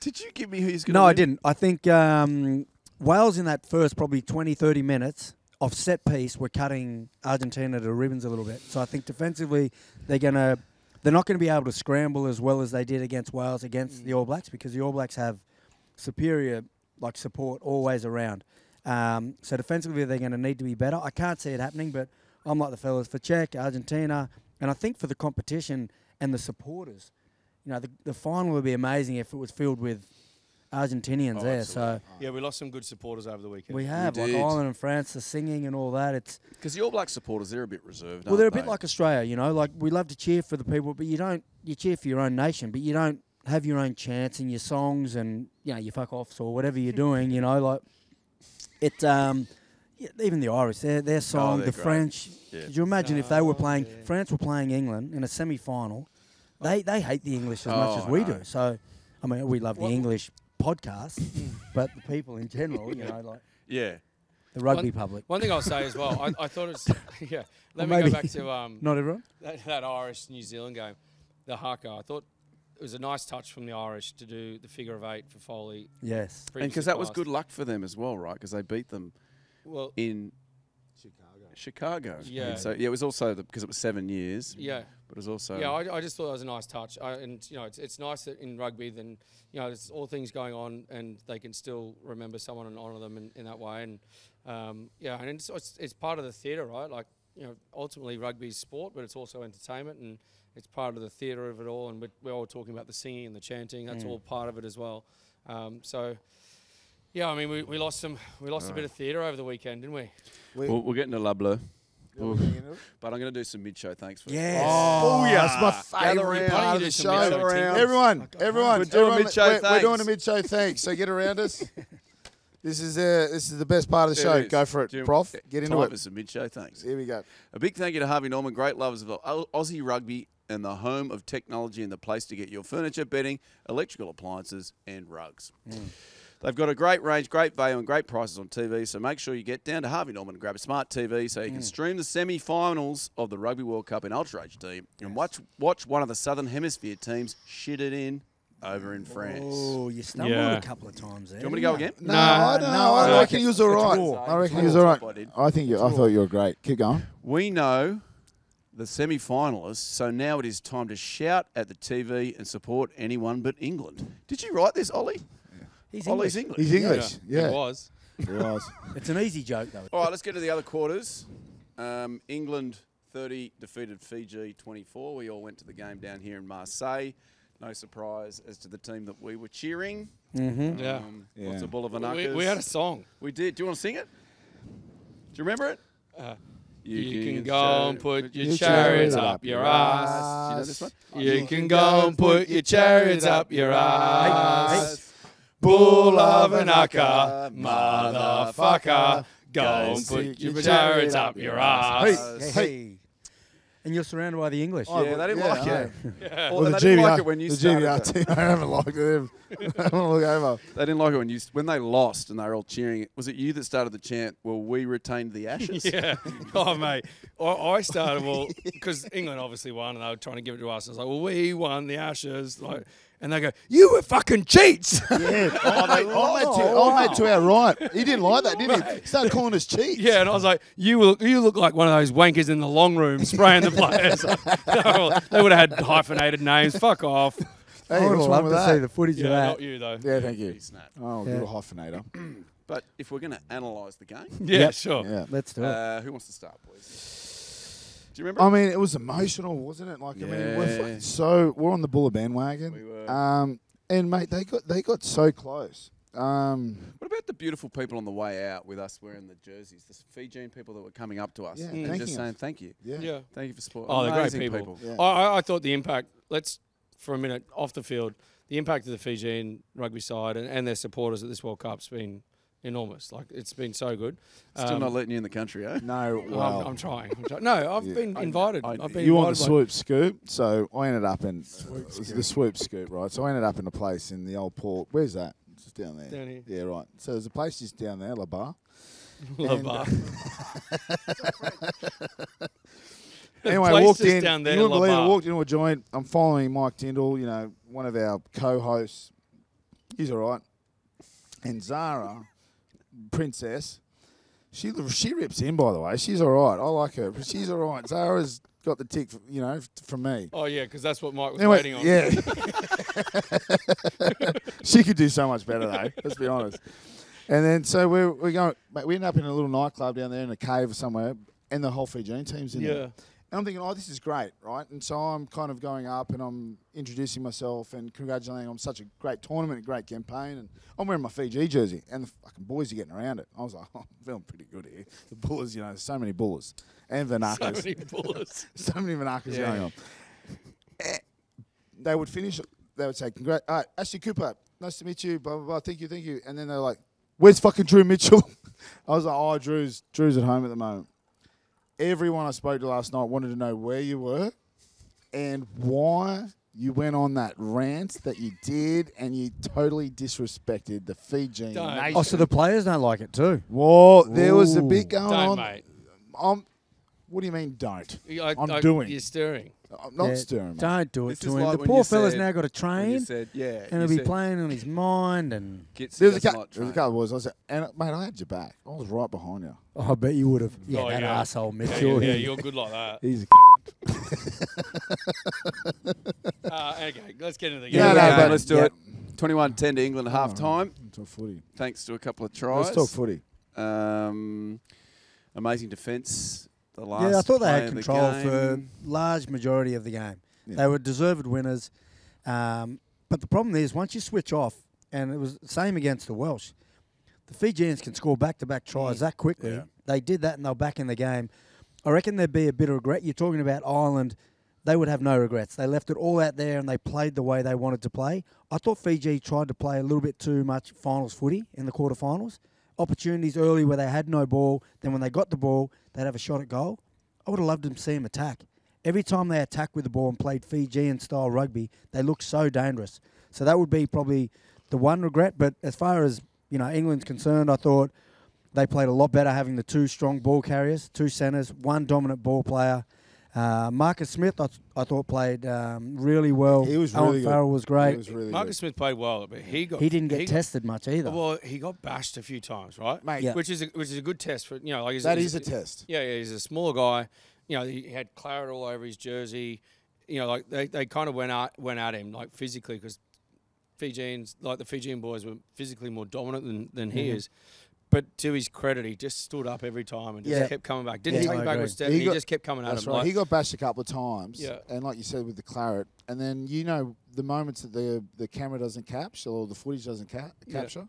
did you give me who's going?
No, I didn't. I think um, Wales in that first probably 20, 30 minutes of set piece were cutting Argentina to ribbons a little bit. So I think defensively they're going to they're not going to be able to scramble as well as they did against Wales against the All Blacks because the All Blacks have superior like support always around. Um, so defensively they're going to need to be better. I can't see it happening, but I'm like the fellas for Czech, Argentina, and I think for the competition and the supporters. You know, the, the final would be amazing if it was filled with Argentinians there. So
Yeah, we lost some good supporters over the weekend.
we have like
did.
Ireland and France, the singing and all that. It's
Because the All Black supporters, they're a bit reserved.
well, they're a
aren't
bit
they?
like Australia, you know. Like we love to cheer for the people, but you don't. You cheer for your own nation, but you don't have your own chants and your songs and you know your fuck offs or whatever you're doing. You know, like it. Um, yeah, even the Irish, their their song,
Oh, they're
the
great.
French.
Yeah.
Could you imagine if they were playing? France were playing England in a semi-final. They they hate the English as much
Oh,
as
I
we
know.
do. So, I mean, we love
Well-
the English
(laughs)
podcast, but the people in general, you know, like
yeah.
the rugby
One-
public.
One thing I'll say as well, I, I thought it's
(laughs)
(laughs) yeah. Let
Well,
me go
maybe
back to um,
Not everyone.
that, that Irish New Zealand game, the haka. I thought it was a nice touch from the Irish to do the figure of eight for Foley.
Yes.
And
previously
because that was
passed.
good luck for them as well, right? Because they beat them (laughs)
Well,
in Chicago. Chicago.
Yeah.
And so yeah, it was also because it was seven years.
yeah.
But it was also
Yeah, I, I just thought that was a nice touch, I, and you know, it's, it's nice that in rugby, then you know, there's all things going on, and they can still remember someone and honour them in, in that way, and um, yeah, and it's, it's it's part of the theatre, right? Like you know, ultimately rugby's sport, but it's also entertainment, and it's part of the theatre of it all, and we're, we're all talking about the singing and the chanting. That's all part of it as well. Um, so. Yeah, I mean, we, we lost some, we lost a bit of theatre over the weekend, didn't we?
Well, we're getting to La Bleu. Oof.
into it?
But I'm going to do some mid-show thanks for
Yes.
Oh, yeah, that's my
Gather
favourite
around.
part of
You
the
do some mid-show
show.
teams.
Everyone, everyone,
We're doing
everyone,
mid-show
we're, we're doing
thanks.
a mid-show thanks. So get around us. This is uh, this is the best part of the
There
show.
it is.
Go for it,
Jim,
Prof. Get into
time
it.
for some mid-show thanks.
Here we go.
A big thank you to Harvey Norman, great lovers of the Au- Aussie rugby and the home of technology and the place to get your furniture, bedding, electrical appliances, and rugs. They've got a great range, great value, and great prices on TV. So make sure you get down to Harvey Norman and grab a smart TV so you can stream the semi-finals of the Rugby World Cup in Ultra HD and watch watch one of the Southern Hemisphere teams shit it in over in France.
Oh, you stumbled
Yeah.
a couple of times there.
Do you want me to
didn't
go again?
No, I don't
no,
know. I
no.
reckon he was all right.
It's raw.
I reckon
It's
he was
raw.
all right.
I did.
I think you. I thought you were great. Keep going.
We know the semi finalists, so now it is time to shout at the TV and support anyone but England. Did you write this, Ollie?
He's
Ollie's
English.
English.
He's English. Yeah,
it was.
He was.
It's an easy joke though.
All right, let's get to the other quarters. Um, England 30 defeated Fiji 24. We all went to the game down here in Marseille. No surprise as to the team that we were cheering.
Yeah,
Um,
Yeah.
Lots of bull
we, we had a song.
We did. Do you want to sing it? Do you remember it?
Uh,
you,
You can go and put your
your chariots
chariots up
up
your
your
ass.
Do you know this one?
You can go and put your chariots up your ass. Bull of an ucker, motherfucker. Go and put your chariots up your
Uh,
ass.
Hey, hey. And you're surrounded by the English.
Yeah, Oh, they didn't
Yeah,
like it. Well,
Well,
they
the
didn't
GVR,
like it when you
the
started
GVR
it.
team. (laughs) I haven't liked them. I don't look over.
They didn't like it when you when they lost and they were all cheering. Was it you that started the chant? Well, we retained
(laughs)
the ashes.
Yeah. Oh, mate. I, I started, (laughs) well, because England obviously won and they were trying to give it to us. I was like, well, we won the Ashes. Like, and they go, you were fucking (laughs) cheats.
Yeah, oh, mate, oh, mate, to, oh, mate, to our right. He didn't like that, did he? He started calling us cheats.
Yeah, and I was like, "You look, you look like one of those wankers in the (laughs) long room spraying the players." they would have had hyphenated names. Fuck off.
Hey,
I would
what's wrong
love to
with
see
that?
the footage
Yeah,
of
not
that.
you though.
(laughs) Yeah, thank you.
He snapped.
Oh,
Yeah.
good hyphenator.
But if we're going to analyse the game,
Yeah,
Yep.
sure.
Yeah.
Let's do it.
uh, who wants to start, please? Do you remember?
I mean, it was emotional, wasn't it? Like, I mean, we're
Yeah.
fucking so we're on the Buller bandwagon.
We were.
Um, and mate, they got they got so close. Um,
What about the beautiful people on the way out with us wearing the jerseys? The Fijian people that were coming up to us
Yeah,
and
thanking
just saying
us.
thank you,
yeah.
Yeah.
thank you for support.
Oh, they're great
Amazing
people.
Yeah.
I, I, I thought the impact. Let's for a minute off the field. The impact of the Fijian rugby side and, and their supporters at this World Cup's been enormous. Like it's been so good.
Still
Um,
not letting you in the country, eh?
No,
I'm-
wow.
I'm, trying. I'm trying. No, I've
Yeah.
been invited.
I-
I, have been
you want the swoop
invited by-
scoop? So I ended up in it was the swoop scoop, right? So I ended up in a place in the old port. Where's that? It's just down there.
Down here.
Yeah, right. So there's a place just down there, La Bar. (laughs)
Love
uh,
bar.
anyway, I
place
walked
just
in.
down there,
you wouldn't
La
believe it. I
Bar.
walked into a joint. I'm following Mike Tyndall, you know, one of our co-hosts. He's all right. And Zara, princess, she she rips in. By the way, she's all right. I like her. but She's all right. Zara's got the tick, you know, from me.
Oh yeah, because that's what Mike was
Anyway,
waiting on.
Yeah. (laughs) she could do so much better though. Let's be honest. And then so we're we're going. Mate, we end up in a little nightclub down there in a cave or somewhere, and the whole Fijian team's in
Yeah.
there. And I'm thinking, oh, this is great, right? And so I'm kind of going up and I'm introducing myself and congratulating on such a great tournament, a great campaign. And I'm wearing my Fiji jersey, and the fucking boys are getting around it. I was like, (laughs) oh, I'm feeling pretty good here. The bullers, you know, so many bullers and
(laughs) So
Vanakas
many
(laughs)
bullets.
so many Manakas
Yeah.
going on. Eh, They would finish. They would say, "Congrats, uh, Ashley Cooper. Nice to meet you. Blah blah blah. Thank you, thank you." And then they're like, "Where's fucking Drew Mitchell?" (laughs) I was like, "Oh, Drew's Drew's at home at the moment." Everyone I spoke to last night wanted to know where you were and why you went on that rant that you did, and you totally disrespected the Fijian
Don't.
nation.
oh, so the players don't like it too.
Whoa, there was a
Ooh.
bit going on.
Don't, mate.
I'm, what do you mean, don't?
I,
I'm
I-
doing.
You're stirring.
I'm not
Yeah,
stirring. mate.
Don't do it
This
to
is
him.
like
the
when
poor
you
fella's
said-
now got a
And you
train,
said, yeah,
and
you
he'll be
said,
playing on his mind. And
Gits,
There was a
does
couple.
not
There was a
train.
couple of boys. I said, and uh, mate, I had your back. I was right behind you.
oh, I bet you would have. Yeah,
Oh,
that
yeah.
asshole
Yeah,
Mitchell.
yeah,
he-
yeah, you're good
(laughs)
like that.
He's a
Uh, okay, let's get into the game.
Yeah, no,
Okay,
but-
let's do
yeah.
it. 21-10 to England half time,
Let's talk footy.
thanks to a couple of tries.
Let's talk footy.
Um, amazing defence. The last
Yeah, I thought they
play
had
of the
control for
game.
large majority of the game.
Yeah.
They were deserved winners, um, but the problem is once you switch off, and it was the same against the Welsh. The Fijians can score back-to-back tries that quickly.
Yeah.
They did that, and they're back in the game. I reckon there'd be a bit of regret. You're talking about Ireland; they would have no regrets. They left it all out there, and they played the way they wanted to play. I thought Fiji tried to play a little bit too much finals footy in the quarterfinals. Opportunities early where they had no ball. Then when they got the ball, they'd have a shot at goal. I would have loved to see them attack. Every time they attacked with the ball and played Fijian style rugby, they looked so dangerous. So that would be probably the one regret. But as far as you know, England's concerned, I thought they played a lot better having the two strong ball carriers, two centres, one dominant ball player. Uh, Marcus Smith, I, I thought played um, really well.
He was
Owen
really good.
Farrell was great.
It was really
Marcus Smith played well, but he got
he didn't get
got-
tested much either.
Well, he got bashed a few times, right?
Mate.
Yeah.
Which is a, which is a good test for you know like he's,
good. That
he's-
is a test.
Yeah, yeah, he's a smaller guy. You know, he had claret all over his jersey. You know, like they, they kind of went at went at him like physically because Fijians like the Fijian boys were physically more dominant than, than
Mm-hmm.
he is. But to his credit, he just stood up every time and just
Yeah.
kept coming back. Didn't take
Yeah, I
a backward
agree.
step.
He
He,
got-
just kept coming at
That's
him.
right.
like-
he got bashed a couple of times.
Yeah.
And like you said with the claret, and then you know the moments that the the camera doesn't capture or the footage doesn't cap-
Yeah.
capture.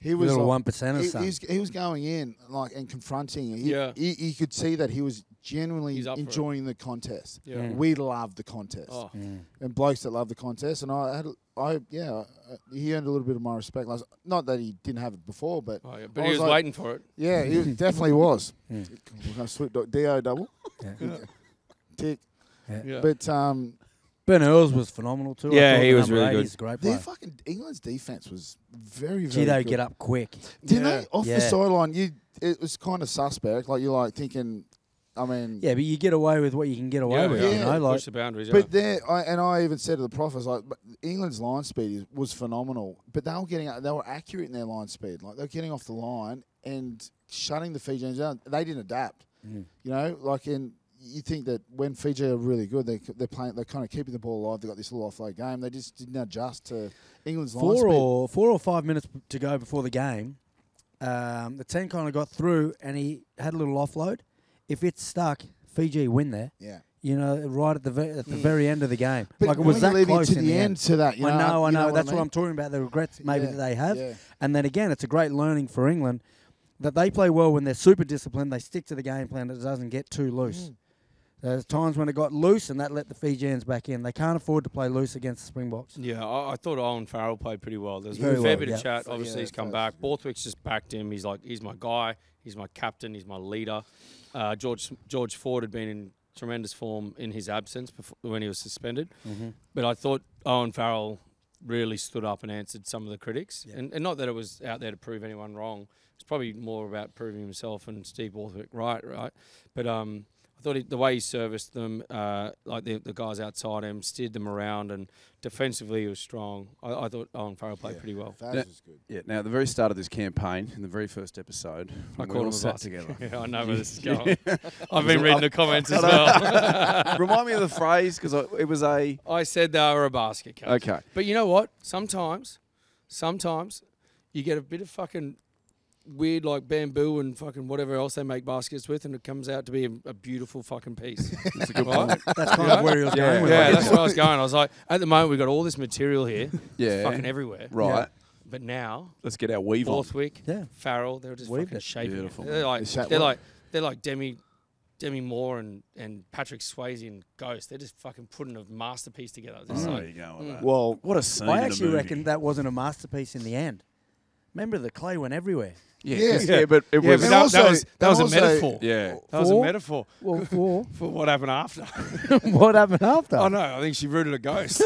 He was
Little
like-
one percenter,
he,
son.
he was, he was going in like and confronting. He,
Yeah.
he, he could see that he was genuinely
He's up for it.
enjoying the contest.
Yeah. Mm.
We love the contest.
Oh.
(laughs) and blokes that love the contest. And I had, I yeah, uh, he earned a little bit of my respect. Last, not that he didn't have it before, but
Oh, yeah.
I
But he was
like-
waiting for it.
Yeah, he
(laughs)
was- definitely was. Sweet dog, do double
Yeah.
tick.
Yeah.
But um,
ben Earls was phenomenal too. I
Yeah,
thought
he
the
was
number
really
eight,
good.
He's a great
their
player.
fucking England's defense was very very.
Gee, they
good.
get up quick.
Didn't
Yeah.
they off
Yeah.
the sideline? You it was kind of suspect. Like you're like thinking, I mean,
Yeah, but you get away with what you can get away with.
yeah.
You know,
Yeah.
like
push the boundaries.
But there, I, and I even said to the prof, I was like, "But England's line speed is, was phenomenal, but they were getting, they were accurate in their line speed. Like they were getting off
mm.
the line and shutting the Fijians down. They didn't adapt. You know, like in you think that when Fiji are really good, they they're playing, they're kind of keeping the ball alive. They have got this little offload game. They just didn't adjust to England's line
four
speed.
or four or five minutes to go before the game, um, the team kind of got through, and he had a little offload. If it's stuck, Fiji win there.
yeah.
You know, right at the ve- at the very end of the game,
Mm. But
like it was
when
that
you leave
close
it to
in
the end, to that. You
I know, I
you
know.
what
That's what,
I
I'm talking about. The regrets maybe
Yeah,
that they have,
yeah.
and then again, it's a great learning for England that they play well when they're super disciplined. They stick to the game plan. It doesn't get too loose. There's times when it got loose, and that let the Fijians back in. They can't afford to play loose against the Springboks.
Yeah, I, I thought Owen Farrell played pretty well. There's
Very
a fair
well,
bit
yeah.
of chat.
So,
Obviously,
yeah,
he's come
so-
back. Borthwick's just backed him. He's like, he's my guy. He's my captain. He's my leader. Uh, George George Ford had been in tremendous form in his absence before, when he was suspended. But I thought Owen Farrell really stood up and answered some of the critics. And, and not that it was out there to prove anyone wrong. It's probably more about proving himself and Steve Borthwick right, right. But um, I thought he, the way he serviced them, uh, like the, the guys outside him, steered them around, and defensively he was strong. I, I thought Owen Farrell played pretty well. (laughs)
Faz
Yeah.
was good.
Yeah. Now, at the very start of this campaign, in the very first episode,
I
when we
called
all
him a
sat
bust. (laughs)
together.
Yeah, I know
(laughs)
where this is going. I've been reading the comments as well.
Remind me of the phrase because it was a.
(laughs) I said they were a basket case.
Okay.
But you know what? Sometimes, sometimes you get a bit of fucking weird like bamboo and fucking whatever else they make baskets with and it comes out to be a, a beautiful fucking piece. (laughs) That's a good point.
That's kind of where he was going.
(laughs)
with
Yeah,
it.
that's where I was going. I was like, at the moment we've got all this material here.
Yeah.
It's fucking everywhere.
Right.
But now
Let's get our weave on.
Borthwick,
(laughs) Yeah.
Farrell, they were just
Weaved
fucking
it.
shaping it.
Beautiful,
They're like
They sat
they're
well.
like they're like Demi Demi Moore and, and Patrick Swayze and Ghost. They're just fucking putting a masterpiece together. It's just
So
like- mm.
you go with that.
Well,
What a scene!
I
in a
actually
movie.
reckon that wasn't a masterpiece in the end. Remember, the clay
(laughs)
went everywhere. (laughs)
Yeah,
Yeah.
'cause- yeah, but it
Yeah,
was.
but
And
that,
also-
that was that
and
was a
also-
metaphor.
yeah.
That was a
For-
metaphor
Well, for
(laughs) for what happened after.
what happened after?
I know. I think she rooted a ghost.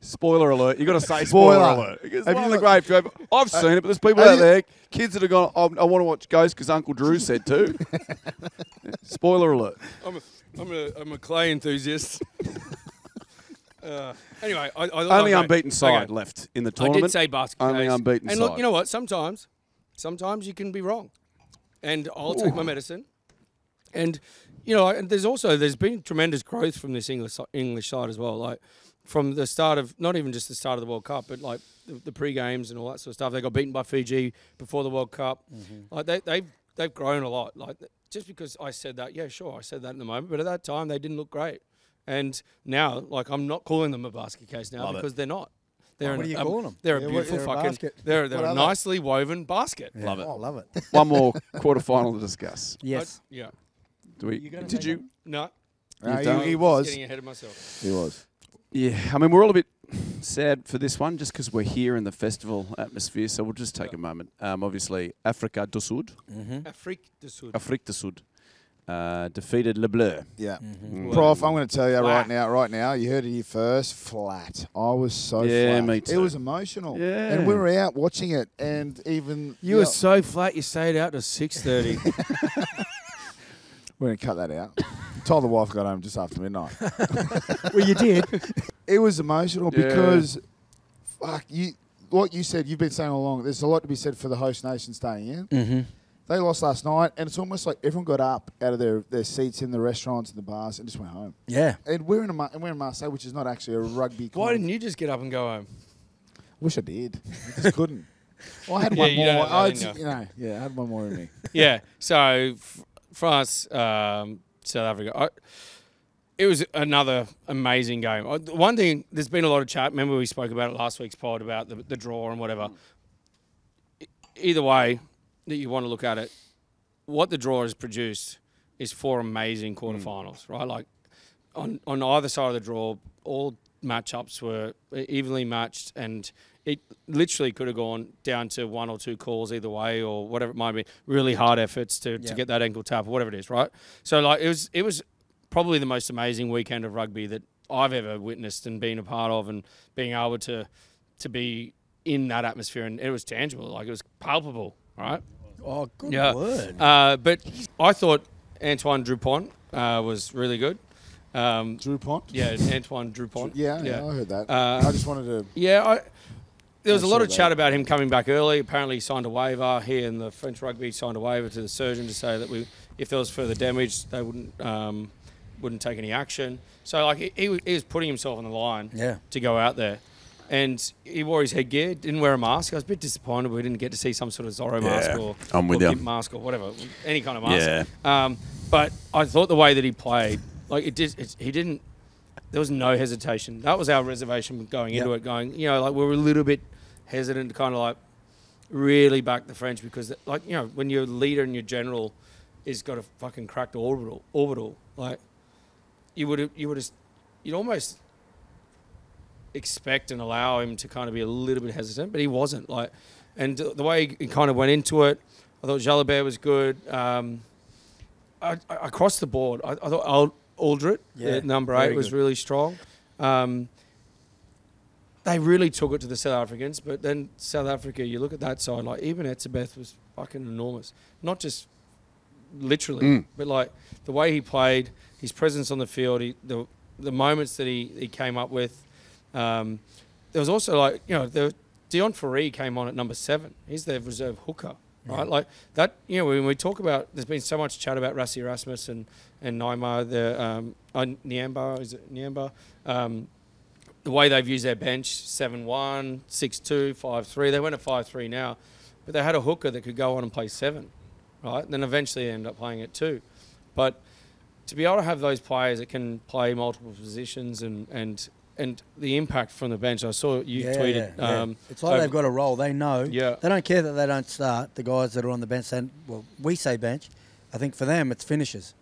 Spoiler alert! You got to say spoiler,
Spoiler.
alert. Because
Have
one
you
of the
got-
great film- I've seen it, but there's people
have
out
you-
there, kids that have gone. I, I want to watch Ghost because Uncle Drew
(laughs)
said to. spoiler alert!
I'm a, I'm a, I'm a clay (laughs) enthusiast. uh, anyway, I, I thought
Only
that-
unbeaten
okay.
side left in the
I
tournament.
did say basket
Only
case.
unbeaten
And
side.
look, you know what? Sometimes, sometimes you can be wrong, and I'll take my medicine. And you know, and there's also there's been tremendous growth from this English si- English side as well. Like from the start of not even just the start of the World Cup, but like the, the pre games and all that sort of stuff. They got beaten by Fiji before the World Cup.
Mm-hmm.
Like they they've they've grown a lot. Like th- just because I said that, yeah, sure, I said that in the moment, but at that time they didn't look great. And now, like, I'm not calling them a basket case now because they're not. They're
What
an- um,
are you calling 'em?
They're a
Yeah, what-
beautiful
they're a
fucking.
basket.
they're they're
What
a
are they?
nicely woven basket.
Love it.
Oh, love it.
One more (laughs) quarterfinal to discuss.
Yes.
I- yeah.
Do we?
You gotta
did
take
you?
No.
No, he- he,
done. Just
Just
was.
Getting ahead of myself.
He was.
Yeah. I mean, we're all a bit sad for this one just because we're here in the festival atmosphere. So we'll just take a moment. Um, obviously, Africa do Sud,
Mm-hmm.
Afrique du Sud.
Afrique do Sud, uh, defeated Le Bleu.
Yeah.
Mm-hmm.
Mm.
Prof, I'm going to tell you
Flat.
right now, right now, you heard it here first. Flat. I was so
Yeah,
flat.
me too.
It was emotional.
Yeah.
And we were out watching it, and even
You were so flat. You stayed out to six thirty.
We're going to cut that out. (laughs) Told the wife I got home just after midnight.
well, you did.
(laughs)
it was emotional
Yeah.
because, fuck you. What you said, you've been saying all along. There's a lot to be said for the host nation staying in.
mm-hmm.
They lost last night, and it's almost like everyone got up out of their, their seats in the restaurants and the bars and just went home.
Yeah.
And we're in a, Mar- and we're in Marseille, which is not actually a rugby.
(laughs) Why
colony.
didn't you just get up and go home?
Wish I did. I just couldn't. (laughs) Well, I had
Yeah,
one
you
more.
don't have that
I
in
just,
you.
you know, yeah, I had one more in me.
yeah. So f- France, um, South Africa. I, it was another amazing game. Uh, the One thing, there's been a lot of chat. Remember, we spoke about it last week's pod about the, the draw and whatever. E- Either way that you want to look at it, what the draw has produced is four amazing quarterfinals, right? Like on on either side of the draw, all matchups were e-, evenly matched, and it literally could have gone down to one or two calls either way, or whatever it might be. Really hard efforts to,
Yeah.
to get that ankle tap, or whatever it is, right? So like it was it was probably the most amazing weekend of rugby that I've ever witnessed and been a part of, and being able to to be in that atmosphere, and it was tangible, like it was palpable, right?
Oh, good
Yeah.
word.
Uh, but I thought Antoine Dupont uh, was really good. Um,
Drew Pont.
yeah, Antoine Dupont.
Yeah, yeah, I heard that.
Uh,
I just wanted to.
Yeah, I, there was
I
a lot
saw
of
that.
chat about him coming back early. Apparently, he signed a waiver. He and the French rugby signed a waiver to the surgeon to say that we If there was further damage, they wouldn't um, wouldn't take any action. So like he, he, was, he was putting himself on the line
Yeah.
to go out there. And he wore his headgear, didn't wear a mask. I was a bit disappointed we didn't get to see some sort of Zorro mask
Yeah,
or,
I'm with
or
ya.
Pimp (laughs) mask or whatever, any kind of mask. Um, but I thought the way that he played, like it did, it, he didn't. There was no hesitation. That was our reservation going into
Yep.
it. Going, you know, like we were a little bit hesitant to kind of like really back the French because, like, you know, when your leader and your general is got a fucking cracked orbital, orbital, like you would have, you would have, you'd almost expect and allow him to kind of be a little bit hesitant, but he wasn't. Like, and the way he kind of went into it, I thought Jalabert was good. Um, I, I, across the board, I, I thought Al- Aldrit,
Yeah,
at number
very
eight, was
good.
really strong. Um, they really took it to the South Africans, but then South Africa, you look at that side, like even Etzebeth was fucking enormous. Not just literally, but like the way he played, his presence on the field, he, the the moments that he, he came up with. Um, there was also like you know the Dion Ferry came on at number seven. He's their reserve hooker, right? Like that. You know when we talk about, there's been so much chat about Rassi Erasmus and and Neymar, the um, uh, Niamba is it Niamba? Um, the way they've used their bench 7 1, 6 2, 5 3. They went at 5 3 now, but they had a hooker that could go on and play 7, right? And then eventually they ended up playing at 2. But to be able to have those players that can play multiple positions and, and, and the impact from the bench, I saw you
Yeah,
tweeted.
yeah, yeah.
Um,
it's like
over-
they've got a role. They know.
Yeah.
They don't care that they don't start. The guys that are on the bench, and well, we say bench. I think for them, it's finishes.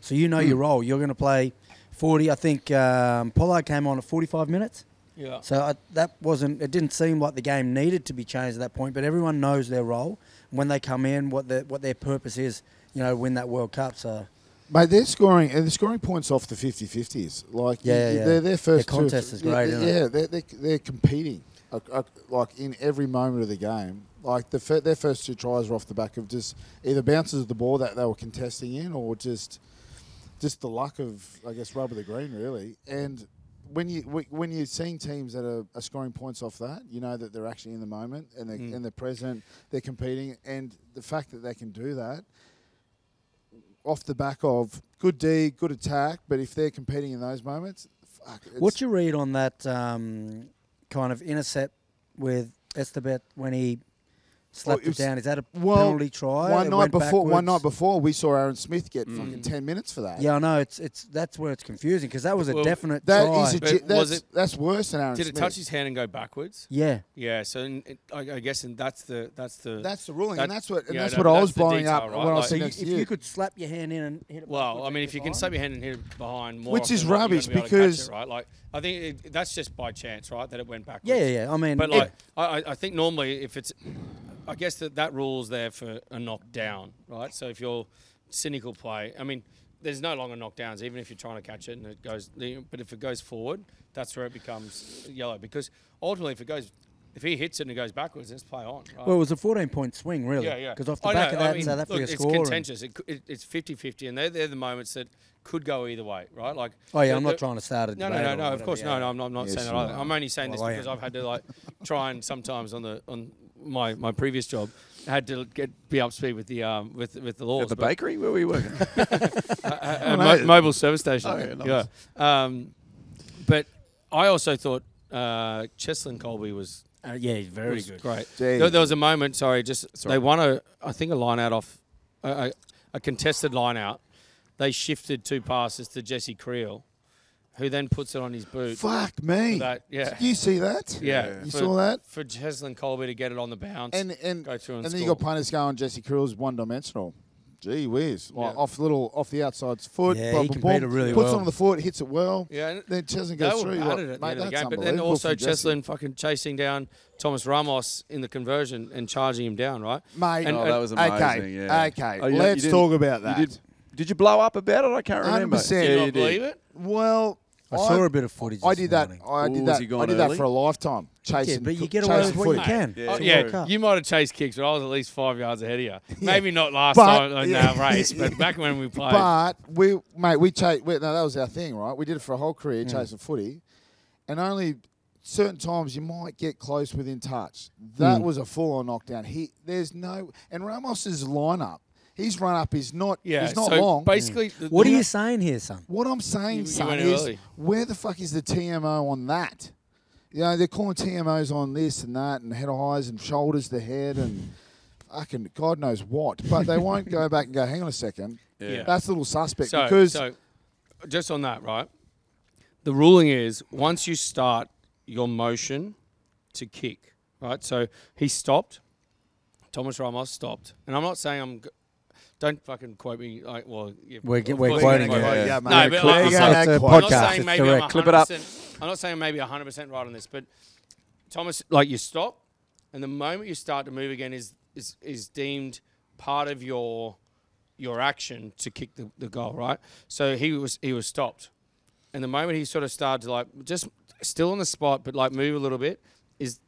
So you know your
Hmm.
role. You're going to play 40. I think um, Pollard came on at 45 minutes.
Yeah.
So I, that wasn't. It didn't seem like the game needed to be changed at that point. But everyone knows their role when they come in, what their what their purpose is. You know, win that World Cup. So
Mate, they're scoring and they're scoring points off the 50-50s. Like
Yeah,
you-
yeah.
they're their first
Their
two-
contest is great,
Yeah,
isn't it?
yeah they're, they're, they're competing uh, uh, like in every moment of the game. Like the fir- their first two tries were off the back of just either bounces of the ball that they were contesting in, or just just the luck of I guess rub of the green really. And when you wh- when you're seeing teams that are, are scoring points off that, you know that they're actually in the moment and they're,
Mm.
and they're present. They're competing, and the fact that they can do that off the back of good D, good attack, but if they're competing in those moments, fuck. It's,
What's your read on that um, kind of intercept with Estabet when he slapped
it was-
it down? Is that a
well,
penalty try?
One
It
night
went
before, one night
backwards?
before, we saw Aaron Smith get
Mm.
fucking ten minutes for that.
Yeah, I know. It's it's that's where it's confusing because that was a
Well,
definite
that
try.
is a,
But
ge-
was
that's,
it-
that's worse than Aaron
Did it
Smith.
touch his hand and go backwards?
yeah,
Yeah, so in, it- I, I guess and that's the that's the
that's the ruling, and
that-
that's what and
yeah,
that's
no,
what
but
I
that's
was
the
blowing
detail,
up
right?
when I
Like-
was
so
sitting
you,
next
if
year.
you could slap your hand in and hit it.
Well, I mean,
backwards
if you can
and behind.
slap your hand and hit it behind more,
Which is
often than not, you're
rubbish
gonna be able to catch
because-
it, right, like I think it, that's just by chance, right? That it went backwards.
Yeah, yeah, yeah. I mean,
But
it-
like, I, I- I think normally if it's, I guess that that rule's there for a knockdown, right? So if you're cynical play, I mean, there's no longer knockdowns, even if you're trying to catch it and it goes. But if it goes forward, that's where it becomes yellow because ultimately, if it goes, if he hits it and it goes backwards, it's play on. Right?
well, it was a 14 point swing, really.
Yeah, yeah.
Because off the
I
back
know,
of that,
I mean,
South Africa
look, it's
scored.
contentious. It, cou- it, it's 50-50, and they're, they're the moments that could go either way, right? Like,
Oh, yeah,
the-
I'm not
the-
trying to start a
No, no, no,
debate or
no. Of
whatever,
course,
yeah.
no, no. I'm not, I'm not
Yes,
saying that
you
either.
are.
I'm only saying
Well, I
this because
am.
I've had to like (laughs) try and sometimes on the on my my previous job. I had to get be up to speed with the um with with the laws.
At the
but-
bakery? Where were you working?
a
(laughs)
mo- mobile service station.
Oh, yeah,
yeah,
nice.
Um, but I also thought uh, Cheslin Colby was
Uh, yeah, he's very
was
good.
Great.
Gee.
There, there was a moment. Sorry, just
Sorry.
they won a I think a line out off a, a, a contested line out. They shifted two passes to Jesse Creel, who then puts it on his boot.
Fuck me!
that, yeah.
Did you see that?
Yeah,
you
for-
saw that.
for Cheslin Colby to get it on the bounce
And and
go through and,
then you
score.
got punters going. Jesse Krill's one dimensional. Gee whiz! Like
Yeah.
off little off the outside's foot.
Yeah,
blah,
he
blah,
can
blah,
beat it really
Puts
well.
it on the foot, hits it well.
Yeah, and
Then Cheslin
They
goes
were
through. Like,
battered at the
mate,
end of the
that's
game, but then
unbelievable
also
from Jesse.
Cheslin fucking chasing down Thomas Ramos in the conversion and charging him down, right?
Mate,
And-
Oh,
and-
that was amazing.
okay,
yeah.
okay.
Oh, you- you
Let's
didn't-
talk about
you
that.
Did, did you blow up about it? I can't remember.
100%.
Do you
Yeah,
not
you did.
believe it?
Well,
I saw a bit of footage.
I
this
did that.
morning.
I
Ooh,
did
has
that.
he gone
I did
early?
that for a lifetime. Chasing,
Yeah, but you
coo-
get away
chasing
with what you
footy.
can.
Yeah.
Oh,
It's a World
yeah,
Cup.
you might have chased kicks, but I was at least five
(laughs)
yards ahead of you. Maybe not last
But-
time in our
yeah. (laughs)
race, but back when we played.
But we, mate, we chase. We, no, that was our thing, right? We did it for a whole
Mm.
career chasing footy, and only certain times you might get close
Mm.
within touch. That was a full-on knockdown. He, there's no, and Ramos's lineup his run up is not
Yeah,
is not
so
long.
Basically, the-
Mm. What are
the-
you saying here, son?
What I'm saying,
You- you
son,
went
is
early.
where the fuck is the TMO on that? You know, they're calling TMOs on this and that and head highs and shoulders to head and fucking God knows what. But they
(laughs)
won't go back and go, hang on a second.
Yeah.
That's a little suspect
So,
because
so just on that, right? The ruling is once you start your motion to kick, right? So he stopped. Thomas Ramos stopped, and I'm not saying I'm. g- Don't fucking quote me. Like, well, yeah,
We're
of
g-
course
we're
you're
quoting
gonna
it.
quote-
Yeah, mate.
No, but like, I'm
It's
saying-
a
I'm
podcast.
not saying
It's
maybe I'm
correct.
100%,
Clip it up.
I'm not saying maybe 100% right on this, but Thomas, like you stop, and the moment you start to move again is is is deemed part of your your action to kick the, the goal, right? So he was he was stopped, and the moment he sort of started to like just still on the spot, but like move a little bit, is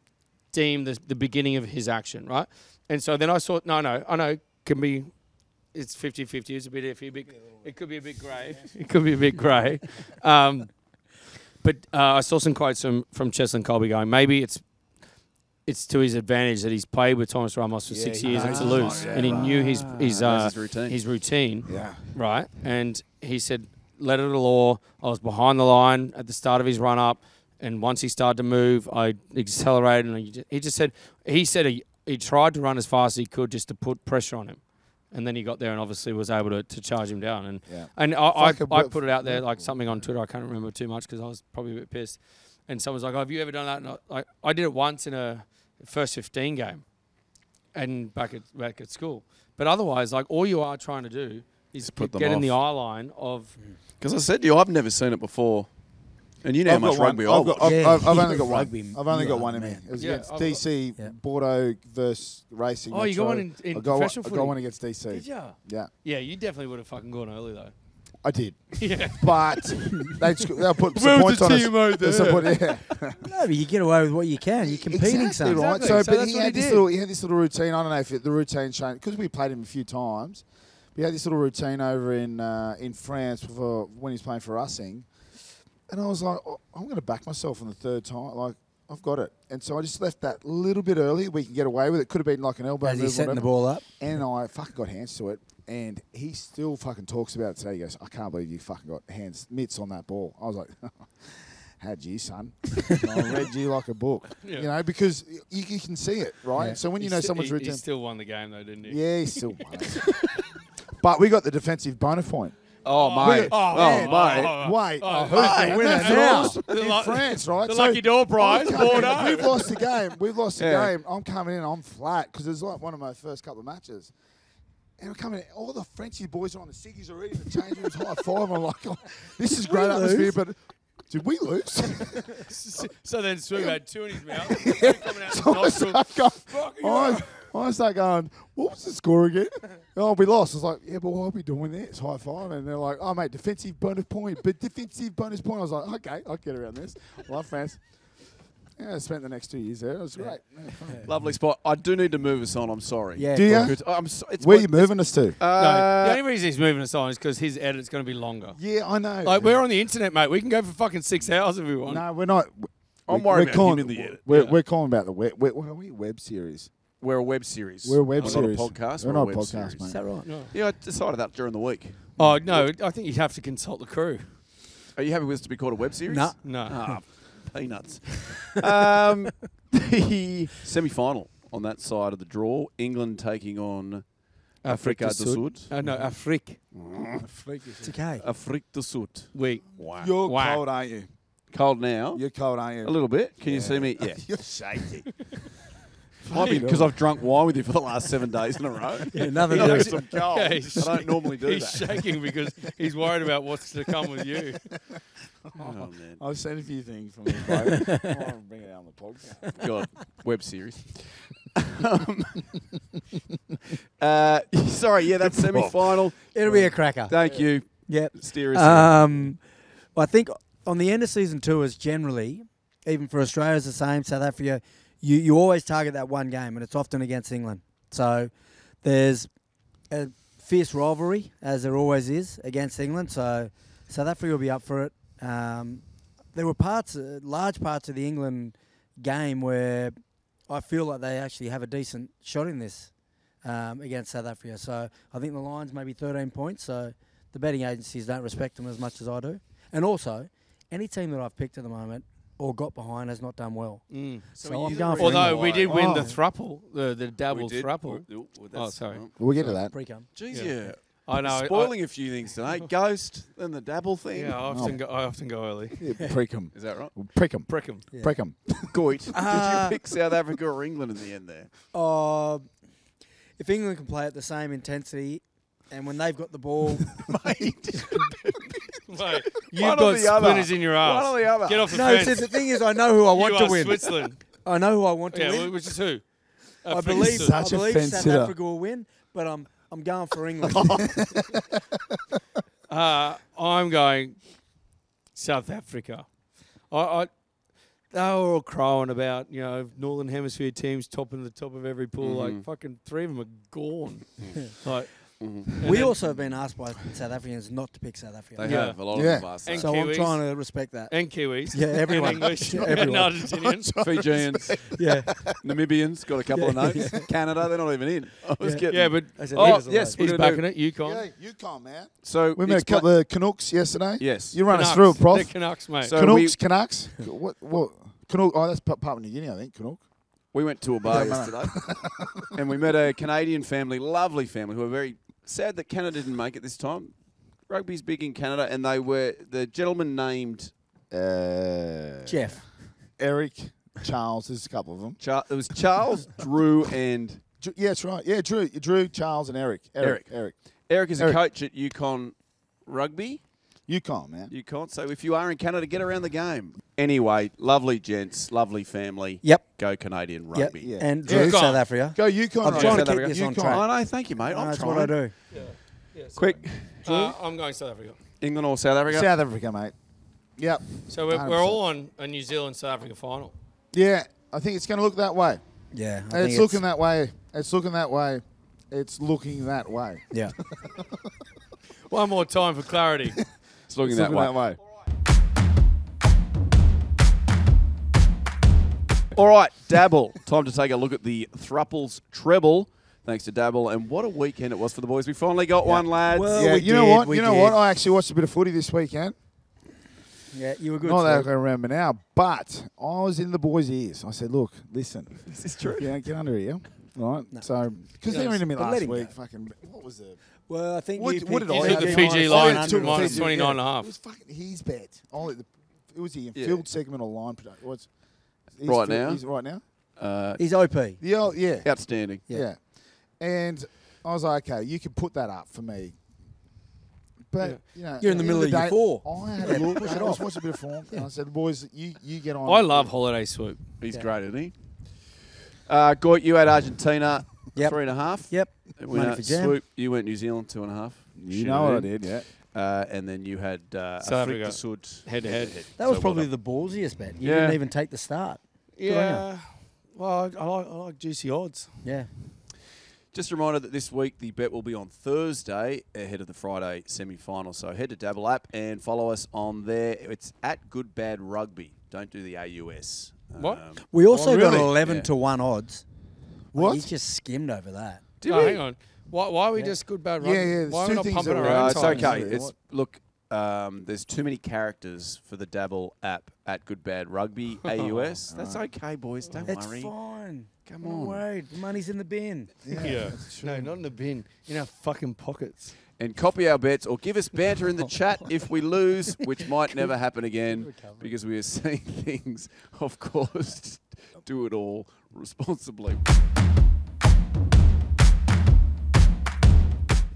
deemed the, the beginning of his action, right? And so then I saw no, no, I know can be. It's 50-50. It's a bit iffy. Bit, it could be a bit grey. (laughs) It could be a bit grey. Um, but uh, I saw some quotes from from Cheslin Colby going, maybe it's it's to his advantage that he's played with Thomas Ramos for six
he
years at
knows.
Toulouse,
Yeah.
and he knew his his uh,
his routine.
his routine,
Yeah.
right? And he said, "Let it law. I was behind the line at the start of his run up, and once he started to move, I accelerated." And he just, he just said, "He said he, he tried to run as fast as he could just to put pressure on him." And then he got there and obviously was able to, to charge him down. And
Yeah.
and I, I,
Fucking
I
wo-
put it out there like something on Twitter. I can't remember too much because I was probably a bit pissed. And someone's like, oh, "Have you ever done that?" And I, I, I did it once in a first fifteen game, and back at back at school. But otherwise, like all you are trying to do is
put them
get in the
off. Mm.
eye line of.
Because I said to you, I've never seen it before. And you know how
I've
much
got one.
rugby I
I've, got, I've,
Yeah.
I've, I've only got
Rugby,
one. I've only
you
got
are
one in
the
me.
man.
It was
Yeah,
against
I've got-
DC
Yeah.
Bordeaux versus Racing.
Oh, you got
Metro.
one in- in
I got
professional
one, I
footy?
got one against DC.
ya?
Yeah,
Yeah, you definitely would have fucking gone early though.
I did.
(laughs) Yeah.
But they sc- they'll put some
Where's
points
the
on
team
us.
out
There's some
there?
point- yeah.
No, but you get away with what you can. You're competing,
exactly
son.
right.
Exactly.
So,
So
but
that's
he
what
had
he
this
did.
little he had this little routine. I don't know if it, the routine changed because we played him a few times. But he had this little routine over in uh, in France for when he was playing for Ussing, and I was like, oh, I'm going to back myself on the third time. Like I've got it, and so I just left that little bit early. We can get away with it. Could have been like an elbow.
As
move or
he's setting the
whatever.
ball up.
And I fucking got hands to it. And he still fucking talks about it today. He goes, I can't believe you fucking got hands, mitts on that ball. I was like, (laughs) had you, son. I read you like a book.
(laughs) Yeah.
You know, because y- you, you can see it, right?
Yeah.
So when you
He
know
sti-
someone's
he, he
written.
still won the game though, didn't he?
(laughs) Yeah, he
(laughs)
still won. but we got the defensive bonus point.
Oh, mate.
Oh,
Oh,
man.
mate.
Wait,
oh,
who's
oh,
the
oh,
winner
that's
now?
awesome.
In
lu-
France, right?
the lucky
(laughs)
door prize,
I'm coming in-
Bordeaux.
We've lost the game. We've lost the
Yeah.
game. I'm coming in. I'm flat because it's like one of my first couple of matches. And I'm coming in. All the Frenchy boys are on the ciggies already. The change rooms high five. I'm like, oh, this is great atmosphere, but did we (laughs) lose?
So then Swig had two in
(laughs)
his mouth, two coming out his
I was
nostril.
like, going,
Fucking
I was- I was like going, what was the score again? (laughs) oh, we lost. I was like, yeah, but why are we doing this? High five. And they're like, oh, mate, defensive bonus point, but defensive bonus point. I was like, okay, I'll get around this. Love France. Yeah, I spent the next two years there. It was great. Yeah, fun.
Lovely spot. I do need to move us on. I'm sorry.
Yeah.
Do you?
Good. I'm so, it's
Where are you moving us to?
Uh,
No, the only reason he's moving us on is because his edit's going to be longer.
yeah, I know.
Like we're on the internet, mate. We can go for fucking six (laughs) hours if we want.
No, we're not. we're-
I'm worried
we're
about
calling,
him in the edit.
We're, we're calling about the web. What are we? Web series.
we're a web series.
We're a web
we're
series.
Not a podcast.
We're
We're,
not a
a web
podcast,
series.
mate.
Is that right?
Yeah, I decided that during the week.
Oh no, I think you'd have to consult the crew.
Are you happy with us to be called a web series?
No.
No.
Ah, peanuts. um, the semi-final on that side of the draw, England taking on Africa do Sud.
Uh, no, Afrik.
It's okay.
Africa do Sud.
We.
Wow.
You're
Wow.
cold, aren't you?
cold now.
You're cold, aren't you?
A little bit. Can you
(laughs)
see me? Yeah.
You're shaky.
Might be because I've drunk wine with you for the last seven days in a row. (laughs)
Yeah, nothing
Yeah,
to
it's
do.
some cold.
Yeah,
I
he's-
don't normally do
He's
that.
shaking because he's worried about what's to come with you.
Oh, man.
I've seen a few things from the
(laughs)
boat. I want to bring it out on the podcast.
God, web series. (laughs) Um, (laughs) uh, (laughs) sorry, yeah, that's semi final.
(laughs) It'll be a cracker.
Thank you,
Yep.
Steer us
Um, well, I think on the end of season tours, generally, even for Australia, it's the same. South Africa, you, you always target that one game, and it's often against England. So there's a fierce rivalry, as there always is, against England. So South Africa will be up for it. Um, there were parts, uh, large parts of the England game where I feel like they actually have a decent shot in this. um, against South Africa. So I think the Lions maybe 13 points. So the betting agencies don't respect them as much as I do. And also, any team that I've picked at the moment or got behind has not done well. So,
are
I'm
you
going
really-
for England.
Although
Mm. Although
we
we
did
did
win
win
the
the thruple, the, the double
Oh. We did.
thruple.
Oh, oh,
Oh,
that's-
sorry.
We'll get to that.
Pre-cum.
Geez, yeah.
I know. I-
Spoiling a few things today. Ghost and the dabble thing. Oh.
yeah, I often go. I often go early.
Yeah, prick 'em. (laughs)
Is that right?
Prick 'em.
(laughs)
Prick 'em.
Yeah.
Prick (laughs) 'em.
Goit.
Uh,
Did you pick South Africa or England in the end there?
Uh, if England can play at the same intensity and when they've got the ball,
Mate.
Mate, you've
One or
got
the other.
splinters in your
One
ass.
or the other.
Get off the
no.
fence.
See, the thing is, I know who I want
you
to
are
(laughs)
win.
Switzerland.
I know who I want to
yeah,
win.
well, which is who?
I believe, I
Such a
believe
fence
South
sitter.
Africa will win, but I'm I'm going for England.
Uh, I'm going South Africa. I, I they were all crowing about you know Northern Hemisphere teams topping the top of every pool. Like fucking three of them are gone. like and
we
then-
also have been asked by South Africans not to pick South Africa,
They
Yeah.
have. A lot
Yeah.
of them are.
And
So.
so I'm
Kiwis.
trying to respect that.
and Kiwis
Yeah, everyone.
and English
Yeah,
and
everyone.
(laughs)
Argentinians.
Fijians,
yeah,
Namibians, got a couple of notes. Canada, they're not even in. (laughs) I was
Yeah.
getting.
Yeah, but
As in
oh,
leaders
yes,
alone.
he's backing it. UConn.
Yeah, you can't, man.
so
We met a
expla-
couple of Canucks yesterday.
Yes.
You run
Canucks.
us through it,
They're
Prof.
Canucks, mate.
So-
Canucks,
we- (laughs)
Canucks. What? What? Canuck. Oh, that's Pa- Papua New Guinea, I think. Canuck.
We went to a
Yeah,
bar
man.
yesterday, and we met a Canadian family, lovely family, who were very sad that Canada didn't make it this time. Rugby's big in Canada, and they were the gentleman named
Uh,
Jeff.
Eric, Charles. There's a couple of them.
Char- it was Charles, Drew, and
Dr- yeah, that's right. Yeah, Drew, Drew, Charles, and Eric. Eric. Eric.
Eric is a
Eric.
coach at UConn Rugby.
You can't, man.
UConn. So if you are in Canada, get around the game. Anyway, lovely gents, lovely family.
Yep.
Go Canadian
Yep.
rugby.
Yeah.
And
Yeah.
Drew,
Go on.
South Africa.
Go UConn.
I'm
right?
trying to
South
keep
Africa.
this on
UConn.
track.
I know. Thank you, mate.
No,
I'm
that's
trying.
what I do.
Quick,
Uh, I'm going South Africa.
England or South Africa?
South Africa, mate. Yep.
So we're, we're all on a New Zealand South Africa final.
Yeah, I think it's going to look that way.
Yeah, I
It's
think
looking that way. It's looking that way. It's looking that way.
Yeah,
One more time for (laughs) clarity.
It's looking
It's
that
looking
way.
that way.
All right, Dabble. (laughs) Time to take a look at the Thruples Treble. Thanks to Dabble, and what a weekend it was for the boys. We finally got one, lads.
Well-
yeah,
we
you know
did,
what?
we
You know
did.
what? I actually watched a bit of footy this weekend.
yeah, you were good.
Not that I
Sue.
can remember now, but I was in the boys' ears. I said, "Look,
(laughs)
listen,
This is true.
yeah, get under here, all right?" So, because they were into me
but
last
let him
week,
go.
fucking what was it?
Well, I think
What-
you
what
picked
did
You
I
took the
have?
Fiji
I
Lions
took
to
the
minus
Fiji,
29 and a
It was
half.
fucking his bet. Oh, it it was the
Yeah.
field segment or line production. What's he's field-
Right now?
he's right now.
Uh,
he's OP.
The old, yeah,
outstanding.
yeah, And I was like, okay, you can put that up for me. But you know,
You're in the
at
middle
end
of
day,
your
I
(laughs)
had a look.
push
I
it
was
off.
watching a bit of form, and I said, "Boys, you, you get on."
I love holiday swoop.
He's
Yeah.
great, isn't he? Uh, Goit, you had Argentina
Yep.
three and a half.
Yep.
We
Money
had
for jam.
Swoop, you went New Zealand two and a half.
You
Shoot
know what I
in.
did, yeah.
Uh, and then you had uh,
South
Afrika
Africa.
Sud
Head to head.
That was probably the ballsiest bet. You
Yeah.
didn't even take the start. Good on ya.
Well, I, I, like, I like juicy odds.
Yeah.
Just a reminder that this week the bet will be on Thursday ahead of the Friday semi final. So head to Dabble app and follow us on there. It's at Good Bad Rugby. Don't do the AUS.
What?
Um,
We also got
really?
11
Yeah.
to 1 odds.
What?
You just skimmed over that.
No, hang on. Why, why are we just good bad
Yeah,
rugby?
yeah, there's
why are
two
we not
things
pumping
that
our
are
No,
own
it's
times?
okay.
What?
It's look. Um, there's too many characters for the Dabble app at Good Bad Rugby AUS. That's okay, boys. Don't
That's
worry.
fine.
Come
I'm not
on.
worried. The money's in the bin.
Yeah. No, not in the bin. In our fucking pockets.
and copy our bets or give us banter in the chat if we lose, which might never happen again because we are (laughs) seeing things, of course, (laughs) do it all responsibly.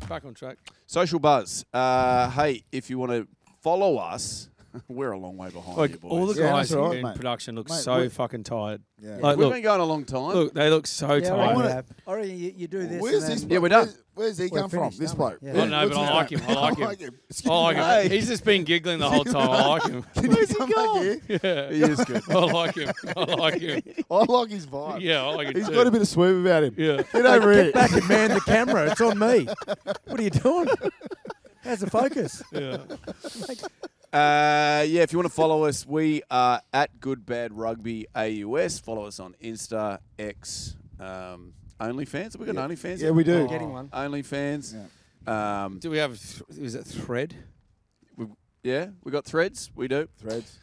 Back on track.
Social buzz. Uh, hey, if you want to follow us, (laughs) we're a long way behind
Like,
you boys.
all the
Yeah,
guys
that's all right,
in
mate.
production look
Mate,
so
we-
fucking tired.
Yeah.
Like,
We've
look,
been going a long time. (laughs)
look, they look so
yeah,
tired. (laughs)
wanna-
I reckon you, you do this.
Where's
and
this?
then-
Yeah, we're
bloke?
done.
Where's, where's he
We're
come from?
finished,
This
aren't we?
bloke.
Yeah.
I don't know,
what's
but I
his
like
name?
him. I
(laughs)
like him. Oh, I like him.
Hey.
He's just been giggling the whole time. I like
(laughs)
him.
Where's he gone?
Yeah.
He
(laughs)
is good.
(laughs) I like him. I like him.
I like his vibe.
Yeah, I like him.
He's
too.
got a bit of swoop about him. (laughs)
Yeah.
Get over
Get
it.
back and man the camera. It's on me. What are you doing? How's the focus?
Yeah.
Uh, yeah, if you want to follow us, we are at Good Bad Rugby AUS. Follow us on Insta, X, um, OnlyFans. Have we got an OnlyFans?
Yeah, we do.
Getting one.
OnlyFans. Um,
Oh. Do we have? Is it thread?
we, yeah, we got threads. We do.
Threads.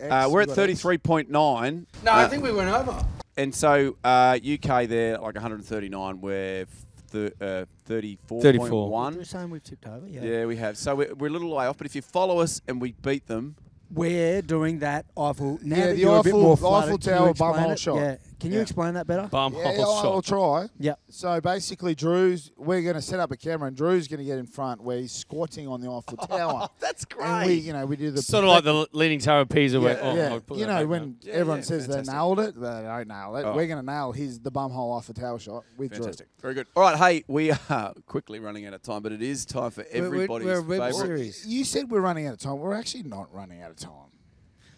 Uh,
X,
we're
you
at
got X.
thirty three point nine. Uh,
No, I think we went over.
And so uh, UK there like one hundred thirty nine. We're th- uh, thirty four point
34.
one.
We're saying we've tipped over. Yeah.
Yeah, we have. So we're, we're a little way off. But if you follow us and we beat (laughs) them,
We're doing that Eiffel. Now
Yeah,
that
the
you're a bit
Eiffel-
more
the Eiffel
flooded, can you
Tower
explain
bumhole
it?
shot.
Yeah. Can you
Yeah.
explain that better?
Bum
Yeah, oh,
hole
I'll, I'll
shot.
try.
Yeah.
So basically, Drew's we're going to set up a camera, and Drew's going to get in front where he's squatting on the Eiffel
(laughs)
Tower.
Oh, that's
And we, you know, we do the
Sort of like the leaning tower of Pisa. where, oh,
yeah,
I'll put
you
that
know
back
when
Yeah,
everyone
yeah,
says
fantastic.
they nailed it, they don't nail it.
Oh.
We're going to nail his the bumhole Eiffel Tower shot with
Fantastic.
Drew.
Very good. All right, hey, we are (laughs) quickly running out of time, but it is time for
We're- we're-
everybody's
we're a web
favorite.
series.
You said we're running out of time. We're actually not running out of time.
now.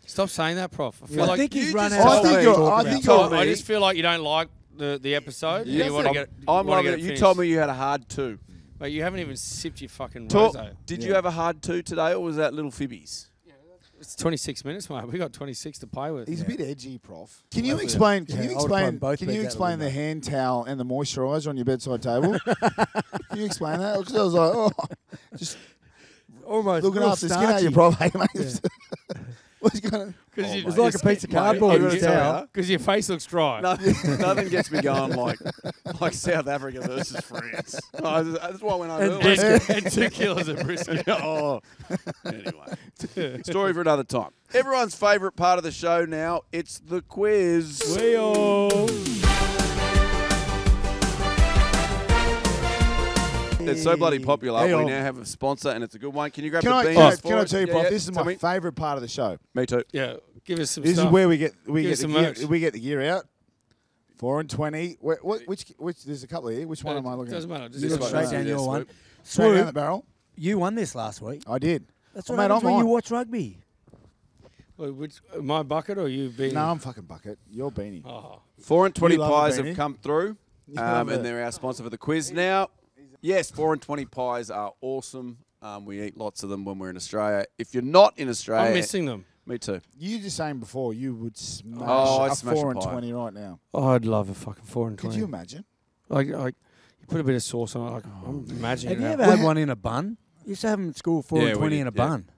Stop saying that, Prof. I feel
I
like
think he's
you
run
just
out
told
of
me-
stuff to
you're-
talk
I
about.
think
So
you're-
me-
I just feel like you don't like the, the episode. and
Yes,
you want
I'm-
to get. it-
I'm
wanna
loving
get
it. You
finished.
told me you had a hard two.
Mate, you haven't even sipped your fucking
Talk,
rosé.
did you
Yeah.
have a hard two today, or was that little fibbies?
It's 26 minutes, mate. We got 26 to play with.
He's a bit edgy, Prof. Can you
Yeah.
explain? Can
Yeah,
you
I'll find
explain?
both
Can
beds
you
out of
explain
the
the hand towel and the moisturiser on your bedside
(laughs)
table? can you explain that? Because I was like, oh, (laughs) just
Almost.
looking
real
after the skin out of your
starchy.
Prof. Hey, mate. (laughs) What's going on?
Because
Oh,
you
mate.
It's
just-
like a
just-
piece of
mate,
cardboard.
I'm
it's
sorry,
out.
huh?
Because your face looks
(laughs)
dry. (laughs)
Nothing, nothing gets me going like like South Africa versus France.
(laughs)
Oh, that's- that's why I went over. early.
And, and two kilos of brisket.
oh. Anyway, story for another time. Everyone's favourite part of the show now. It's the quiz. It's so bloody popular.
Hey,
we
oh.
now have a sponsor, and it's a good one. Can you grab
Can
the
I,
beans?
can, I,
for
can I
us?
tell you,
Yeah,
Prof?
yeah.
This is
Tell
my
me.
favourite part of the show.
Me too.
Yeah, give us some
This
stuff.
is where we get we
Give us
get the
some merch.
gear, we get the gear out. Four and twenty. Wh- what, which which? There's a couple here. Which one am I looking
Doesn't
at?
matter. Just
You
this
one.
look
one.
straight
Yeah,
down your one.
swoop.
Straight down the
Swoop,
barrel.
you won this last week.
I did.
That's
Oh,
what
mate,
happens
I'm
when you
on.
watch rugby.
Well, Which, my bucket or you being?
No, I'm fucking bucket. You're beanie.
Oh.
Four and twenty
You love
pies
it,
have
Benny.
come through,
You
um,
love
and
it.
they're our sponsor for the quiz now. Yes, four and twenty pies are awesome. Um, we eat lots of them when we're in Australia. If you're not in Australia,
I'm missing them.
Me too.
You were just saying before you would smash
Oh, I
a
smash a
four and
pie.
twenty right now.
I'd love a fucking four and
Could
twenty.
you imagine?
like, like, you put a bit of sauce on it. Like, I'm imagining.
Have you
that.
ever had one in a bun? You used to have them at school four
Yeah,
and
we
twenty
did,
in a
yeah.
bun.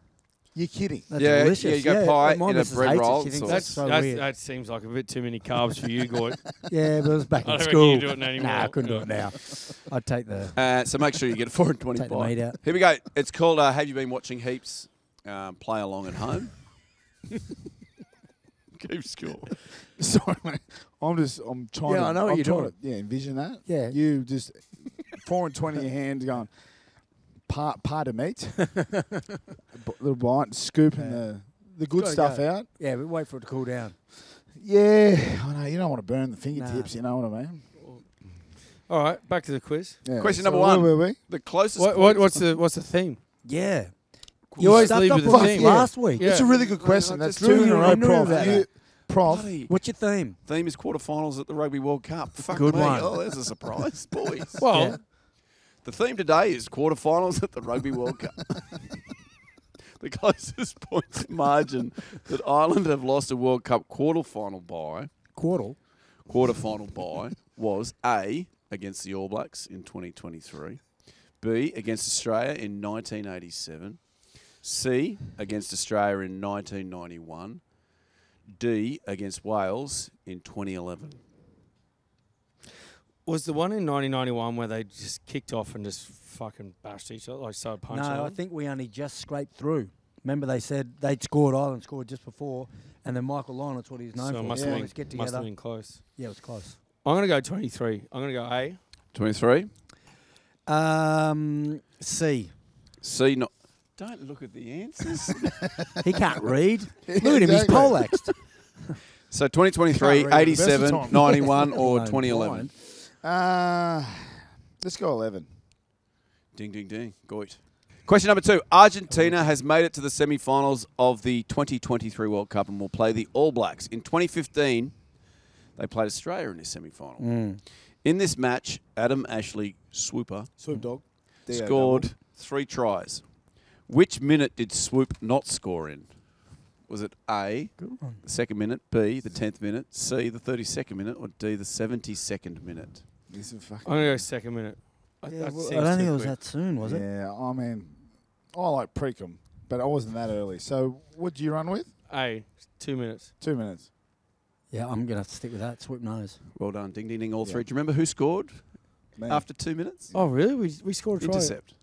You're kidding.
That's
Yeah,
delicious.
yeah, you got pie
my
in a
missus
bread
hates it.
roll
She thinks
sauce.
it's
That's,
so
that's,
weird.
that seems like a bit too many carbs for you, Goy.
(laughs) yeah, but it was back
I don't
in
reckon
school.
you do it now anymore.
Nah, I couldn't do
No.
it now. I'd take the.
Uh, so make sure you get a four and twenty
Take the
pie.
meat out.
Here we go. It's called uh, "Have you been watching heaps?" Um, play along at home. (laughs) Keep score.
(laughs) Sorry, mate. I'm just I'm trying.
Yeah,
to,
I know what
I'm
you're
trying
doing.
To, yeah, envision that.
Yeah.
You just four and twenty in your hand, going part part of meat, B- little bite, scooping the the good
Gotta
stuff
go.
out.
Yeah, but wait for it to cool down.
Yeah, I know. You don't want to burn the fingertips. You know what I mean?
(laughs) All right, back to the quiz.
Yeah.
Question
So
number
where
one.
were we?
The closest.
What, what, what's the what's the theme?
Yeah.
You always
stuffed
leave
up
with the
on us
theme.
Last week.
Yeah.
It's a really good
I
question.
just
That's two in
knew-
a
I
row,
knew
Prof.
that.
You, prof,
bloody
What's your theme?
theme is quarterfinals at the Rugby World Cup. Fuck
Good
me.
one.
Oh, there's a
(laughs)
surprise, boys.
Well,
Yeah.
The theme today is quarterfinals at the Rugby World Cup. (laughs) the closest points margin that Ireland have lost a World Cup quarterfinal by
Quartal.
quarterfinal by was A against the All Blacks in 2023, B against Australia in 1987, C against Australia in 1991, D against Wales in 2011.
was the one in 1991 where they just kicked off and just fucking bashed each other, like started punching?
No, I
on?
think we only just scraped through. Remember, they said they'd scored, Ireland scored just before, and then Michael Lyon, that's what he's known
so. it
for.
Must,
yeah.
have
Let's
been,
get
must have
together.
been close.
Yeah, it was close.
I'm gonna go 23. I'm gonna go A.
23,
Um, C.
C not. Don't look at the answers.
He can't read. Look at him, he's
Exactly.
poleaxed.
(laughs) so 2023,
Can't read at the best of
87,
times.
(laughs)
91, or
Blind.
2011.
uh, let's go eleven.
Ding, ding, ding. Goit. Question number two. Argentina has made it to the semi-finals of the 2023 World Cup and will play the All Blacks. In 2015, they played Australia in this semi-final.
Mm.
In this match, Adam Ashley Swooper
Swoop dog.
scored three tries. Which minute did Swoop not score in? Was it A, the second minute, B, the 10th minute, C, the 32nd minute, or D, the 72nd minute?
This is fucking.
I'm gonna go second minute. I,
Yeah,
that
well, I
seems
don't
too
think it was
quick.
that soon, was it?
yeah, I mean, I like Precum, but I wasn't that early. So what do you run with?
Hey, two minutes.
Two minutes.
Yeah, I'm gonna have to stick with that. Sweep nose.
Well done, ding ding ding, all
Yeah.
three. Do you remember who scored
Man.
after two minutes?
Oh really? We, we scored a try.
Intercept.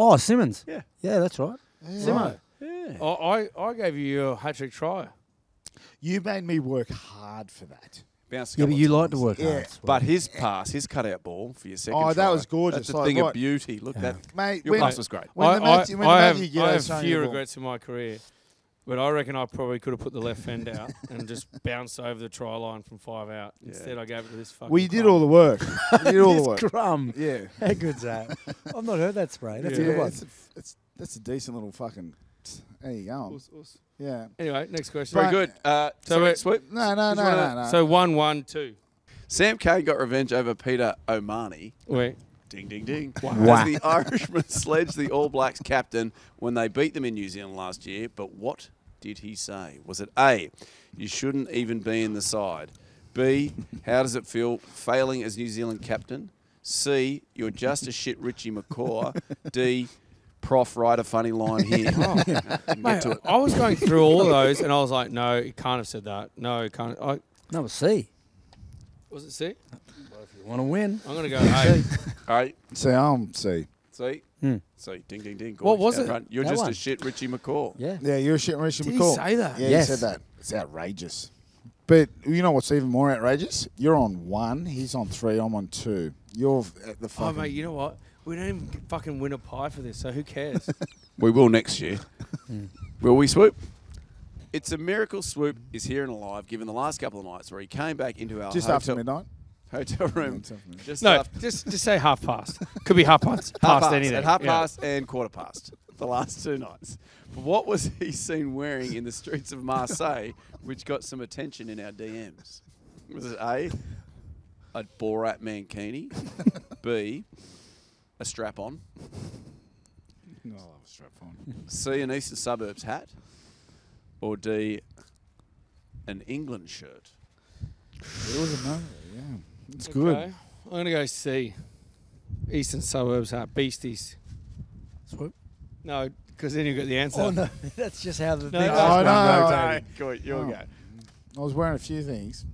Oh, Simmons.
Yeah.
Yeah, that's right.
Yeah.
Simo.
Yeah.
Oh, I I gave you your hat trick try.
You made me work hard for that.
Bounced a
Yeah, but
couple of
you like
times.
to work
Yeah.
hard. Sweep.
But his pass, his cutout ball for your second.
Oh, that
try,
was gorgeous.
That's a
Like,
thing
what-
of beauty. Look, that
Mate,
your
when,
pass was great.
when
I,
the Matthew,
I,
when
I
the
have,
Matthew
I
Guido
have
signed
few
the ball-
regrets in my career, but I reckon I probably could have put the left fend out and just
(laughs)
bounced over the try line from five out. Instead, I gave it to this fucking.
We did
crumb.
all the work. We did all the
This
work.
crumb.
Yeah.
(laughs) How good's that? I've not heard that spray. That's
yeah,
a good one.
It's a, f- it's, that's a decent little fucking. There you go.
Us- us.
Yeah.
Anyway, next question.
Very
But-
good. Uh,
So
sorry,
wait-
sweep.
No, no, no,
Just wanna-
no, no.
So one, one, two.
Sam Kay got revenge over Peter Omani.
Wait.
Ding, ding, ding. As the Irishman (laughs) sledged the All Blacks captain when they beat them in New Zealand last year. But what did he say? Was it A, you shouldn't even be in the side? B, how does it feel failing as New Zealand captain? C, you're just a shit Richie McCaw. D, Prof, write a funny line
(laughs)
here.
Oh.
Didn't (laughs) get to it.
I was going through all those and I was like, no, it can't have said that. No, it can't. I,
Number C.
was it C?
You want to win?
(laughs)
I'm gonna go A.
All right,
See, I'm see.
see?
Hmm.
See, ding, ding, ding.
What
Gorge,
was
out
it?
front. You're
That
just a
one.
shit Richie McCaw.
Yeah.
Yeah, you're a shit Richard
Did he
McCall.
say that?
Yeah,
Yes.
he said that. It's outrageous. But you know what's even more outrageous? You're on one. He's on three. I'm on two. You're f- at the
Oh
fucking.
mate, you know what? We don't even get- fucking win a pie for this, so
(laughs)
who cares?
We will next year.
Hmm.
will we swoop? It's a miracle swoop is here and alive given the last couple of nights where he came back into our
just after
hotel,
midnight.
hotel room.
Just after midnight.
Just
no,
after,
just just say half past. Could be half past.
half
past,
past,
anything.
At half
Yeah.
past and quarter past the last two nights. But what was he seen wearing in the streets of Marseille which got some attention in our DMs? Was it A, a Borat Mankini? B, a strap on?
No, I love a strap on.
C, an Eastern Suburbs hat, or D, an England shirt.
It was a moment. Yeah, it's good.
Okay. I'm gonna go C. Eastern suburbs hat. Beasties.
Swoop.
No, because then you got the answer.
Oh no, (laughs) that's just how the
No,
thing.
no.
Oh,
Oh,
no.
Go, you'll
Oh.
go.
I was wearing a few things.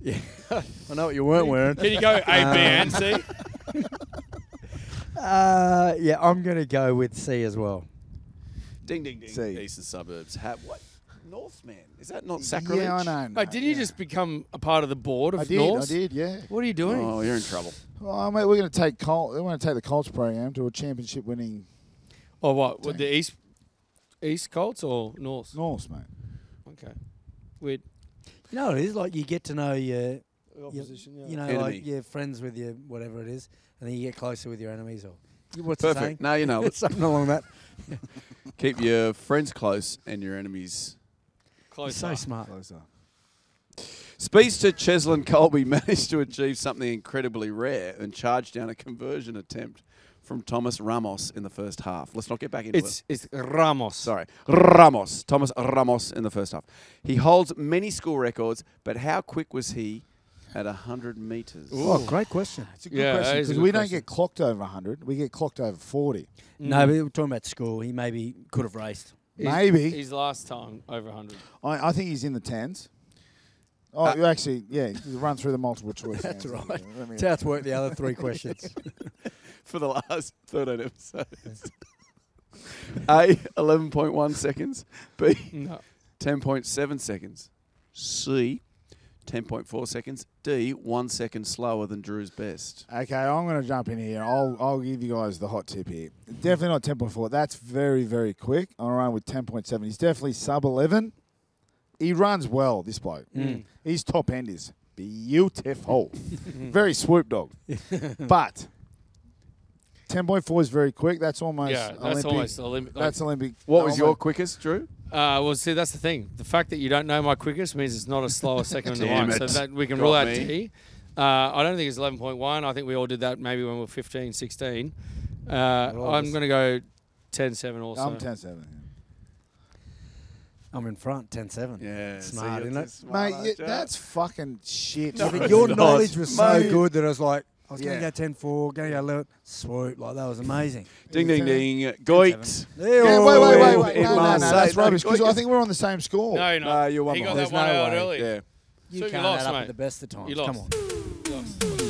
I know what you weren't wearing.
Can you go A, B, and C?
(laughs) Uh, yeah, I'm gonna go with C as well.
Ding, ding, ding.
C.
Eastern Suburbs hat. What? Northman? Is that not sacrilege?
Yeah, I know.
Mate, didn't you
yeah.
just become a part of the board of
I did.
Norse?
I did. Yeah.
What are you doing?
Oh, you're in trouble.
Oh, mate, we're going to take Col- We're going to take the Colts program to a championship-winning
Or what? With the East East Colts or Norse?
Norse, mate.
Okay. Weird.
You know, what it is like you get to know your, your you know,
Enemy.
like your friends with your whatever it is, and then you get closer with your enemies or you- what's the saying? (laughs)
Perfect. Now you know. Let's
Something along that.
keep your friends close and your enemies.
You're
Close.
so smart.
Closer.
Speedster Cheslin Colby (laughs) managed to achieve something incredibly rare and charged down a conversion attempt from Thomas Ramos in the first half. Let's not get back into it.
It's it's Ramos.
Sorry, Ramos, Thomas Ramos in the first half. He holds many school records, but how quick was he at 100 metres?
Oh, great question.
It's a good
Yeah, that
question
is a
because
good
we don't
question.
get clocked over 100. We get clocked over 40.
No, but we're talking about school. He maybe could have raced.
Mm. He's-
Maybe.
His last time over 100.
I, I think he's in the tens. Oh,
Uh,
you actually, yeah, you run through the multiple
(laughs)
choice.
That's
answers.
right.
Let me-
That's how it's worked the other three questions. (laughs)
For the last 13 episodes. A, 11.1 seconds. B,
No.
10.7 seconds. C, 10.4 seconds. D, one second slower than Drew's best.
Okay, I'm going to jump in here. I'll, I'll give you guys the hot tip here. Definitely not 10.4. That's very, very quick. I'm around with 10.7. He's definitely sub 11. He runs well, this bloke.
Mm.
His top end is
(laughs)
beautiful. very swoop dog. but 10.4 is very quick. That's almost
Yeah, that's
Olympic.
almost Olympic. like-
that's Olympic.
What
Oh,
was your
almost-
quickest, Drew?
Uh, well, see, that's the thing. The fact that you don't know my quickest means it's not a slower
(laughs)
second in the
Damn
line, so
it.
that we can
Got
rule out
me.
T. Uh, I don't think it's 11.1. I think we all did that maybe when we were 15, 16. Uh, I'm
this-
going to go 10.7 also.
I'm 10.7. yeah.
I'm in front, 10-7.
Yeah.
Smart, isn't it?
Mate, yeah, that's fucking shit.
No,
But
it's
(laughs)
your
not.
knowledge was so
Mate.
good that I was like, I was
Yeah.
going to go 10-4, going to go 11. Swoop. Like, that was amazing.
Ding, ding, ding. Goit.
Goit. Hey,
Yeah, wait, wait, wait, wait.
In
No, no, no,
Marseille.
that's
No,
rubbish. Because
Goit
I
is-
think we're on the same score.
No, no.
Oh, No, you're one
he got
behind.
that
There's
one
no
out
way.
early.
Yeah.
You
So you
can't
lost,
add up
mate.
at the best of times.
You
Come
lost.
on.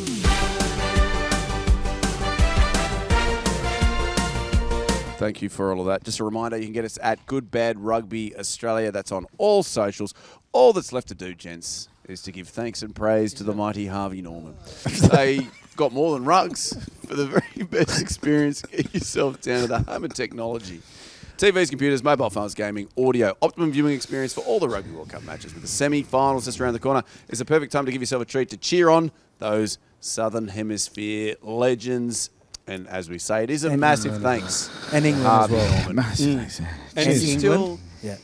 Thank you for all of that. Just a reminder, you can get us at Good Bad Rugby Australia. That's on all socials. All that's left to do, gents, is to give thanks and praise to the mighty Harvey Norman. they got more than rugs for the very best experience. (laughs) Get yourself down to the home of technology. TVs, computers, mobile phones, gaming, audio, optimum viewing experience for all the Rugby World Cup matches. With the semi-finals just around the corner, it's a perfect time to give yourself a treat to cheer on those Southern Hemisphere legends. And as we say, it is a
And
massive
England.
thanks.
And England as
Harvey
well.
(laughs)
Norman.
Massive.
Mm. And
And
it's
England.
still-
Yeah.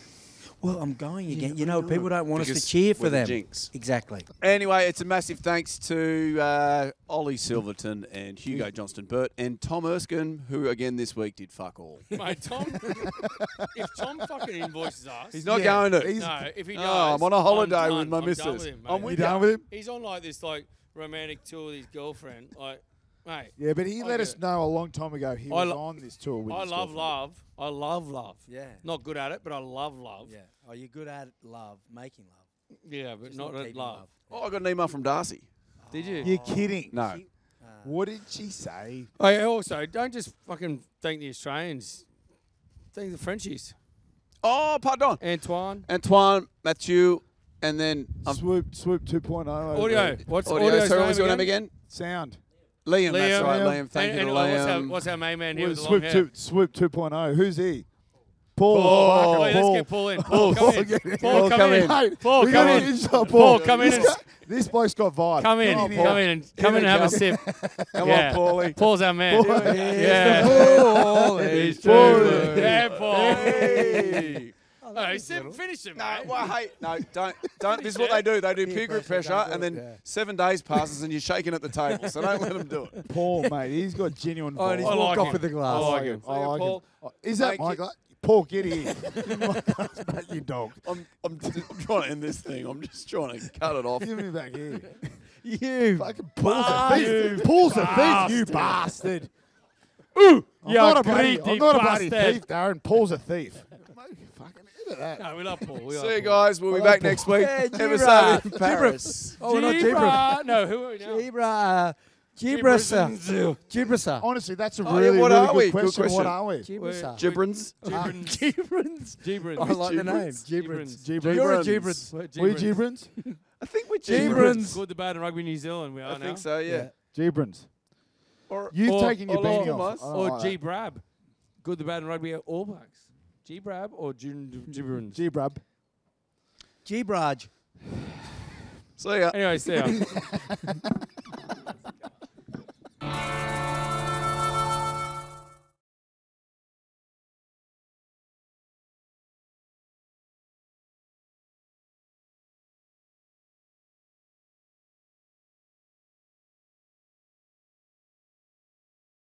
Well, I'm going again. you
I
know,
know.
people don't want us
Because
to cheer for
we're the
them.
jinx.
Exactly.
Anyway, it's a massive thanks to uh, Ollie Silverton and Hugo Johnston Burt and Tom Erskine, who again this week did fuck all.
(laughs)
(laughs)
Mate, Tom, if Tom fucking invoices us,
He's not going to.
No, if he
No,
does,
I'm on a holiday
done.
with my
I'm
missus.
Done with him, mate.
I'm with
You done with him?
He's on like this like romantic tour with his girlfriend. Like, mate,
Yeah, but he
I
let
get
us
it.
know a long time ago he
I
was
lo-
on this tour with
I
his
love
girlfriend.
love. I love love.
Yeah.
Not good at it, but I love love.
Yeah. Oh, you're good at love, making love.
Yeah, but
Just
not, at
keeping
love.
Oh, I got an email from Darcy.
Did you?
You're kidding.
No.
What did she say?
I also don't just fucking thank the Australians. Thank the Frenchies.
Oh, pardon.
Antoine.
Antoine, Mathieu, and then um,
swoop, swoop 2.0. over
Audio.
there.
What's
audio.
audio's
Sorry, what was your name again?
Sound.
Liam, that's
Liam.
right.
Liam.
Liam, thank you
and, and
to
What's, our,
Liam.
what's our main man here with the long
swoop,
hair?
two, swoop 2.0. Who's he? Oh, Paul.
Paul.
fucking
Wait, let's get Paul in. Paul,
Paul,
come in.
get in.
Paul, come in.
Mate,
Paul,
we
come
gotta
in.
insult
Paul, come in
This
and-
guy- This bloke's got vibe.
Come in,
on, Paul.
come in, and come in and have a sip.
Come on,
Yeah.
Paulie.
Paul's our man. Yeah,
Paul. He's
Paulie.
yeah, Paul.
Hey.
No, sip, finish him,
No,
mate.
well, hey, (laughs) no, don't, don't. This is what they do. They do peer group pressure, and then seven days passes, and you're shaking at the table. So don't let them do it.
Paul, mate, he's got genuine
Oh, and
vibe.
he's
I
walked
like
off
him.
with the
I
glass.
I like
like
him.
him.
See ya,
I like him.
Paul.
Oh, Is that
Thank
my
you.
guy? Paul, get (laughs) here. Mate, you dog.
(laughs) I'm, I'm, I'm trying to end this thing. I'm just trying to cut it off. (laughs)
Give me back here.
You.
Fucking Paul's a
You
thief. Paul's a thief, you bastard. I'm
You
not a bloody,
greedy
I'm not a bloody
bastard.
thief, Darren. Paul's a thief. Mate, you fucking edit that.
No, we love Paul. We love
See you
Paul.
guys. We'll be back next week. (laughs)
Yeah,
Episode in
Jira.
Paris.
Oh, we're not
Gibra. No, who are we now?
Gibra.
Gibrous and
Gibrissa. Gibrissa.
Honestly, that's a
Oh, yeah,
really,
what
really
are
good,
we? Good
question. What
question.
are we?
Gibrissa.
Gibrins.
(laughs) Gibrins.
Gibrins.
(laughs)
Gibrins.
I like the name.
Gibrins.
Gibrins.
Gibrins.
You're a
Gibrins.
Gibrins.
We Gibrins?
I think we're Gibrins.
Gibrins.
Good, the bad, and rugby New Zealand. We are
I
now.
think so. Yeah.
Yeah.
Gibrins.
Or
You've
Or-
taken your
or
beanie off. Oh,
almost.
I don't
Or
like that.
G Brab. Good, the bad, and rugby are All Blacks. G Brab or Jun- Gibrins.
Gibrab.
Gibraj.
see ya.
anyway, see ya.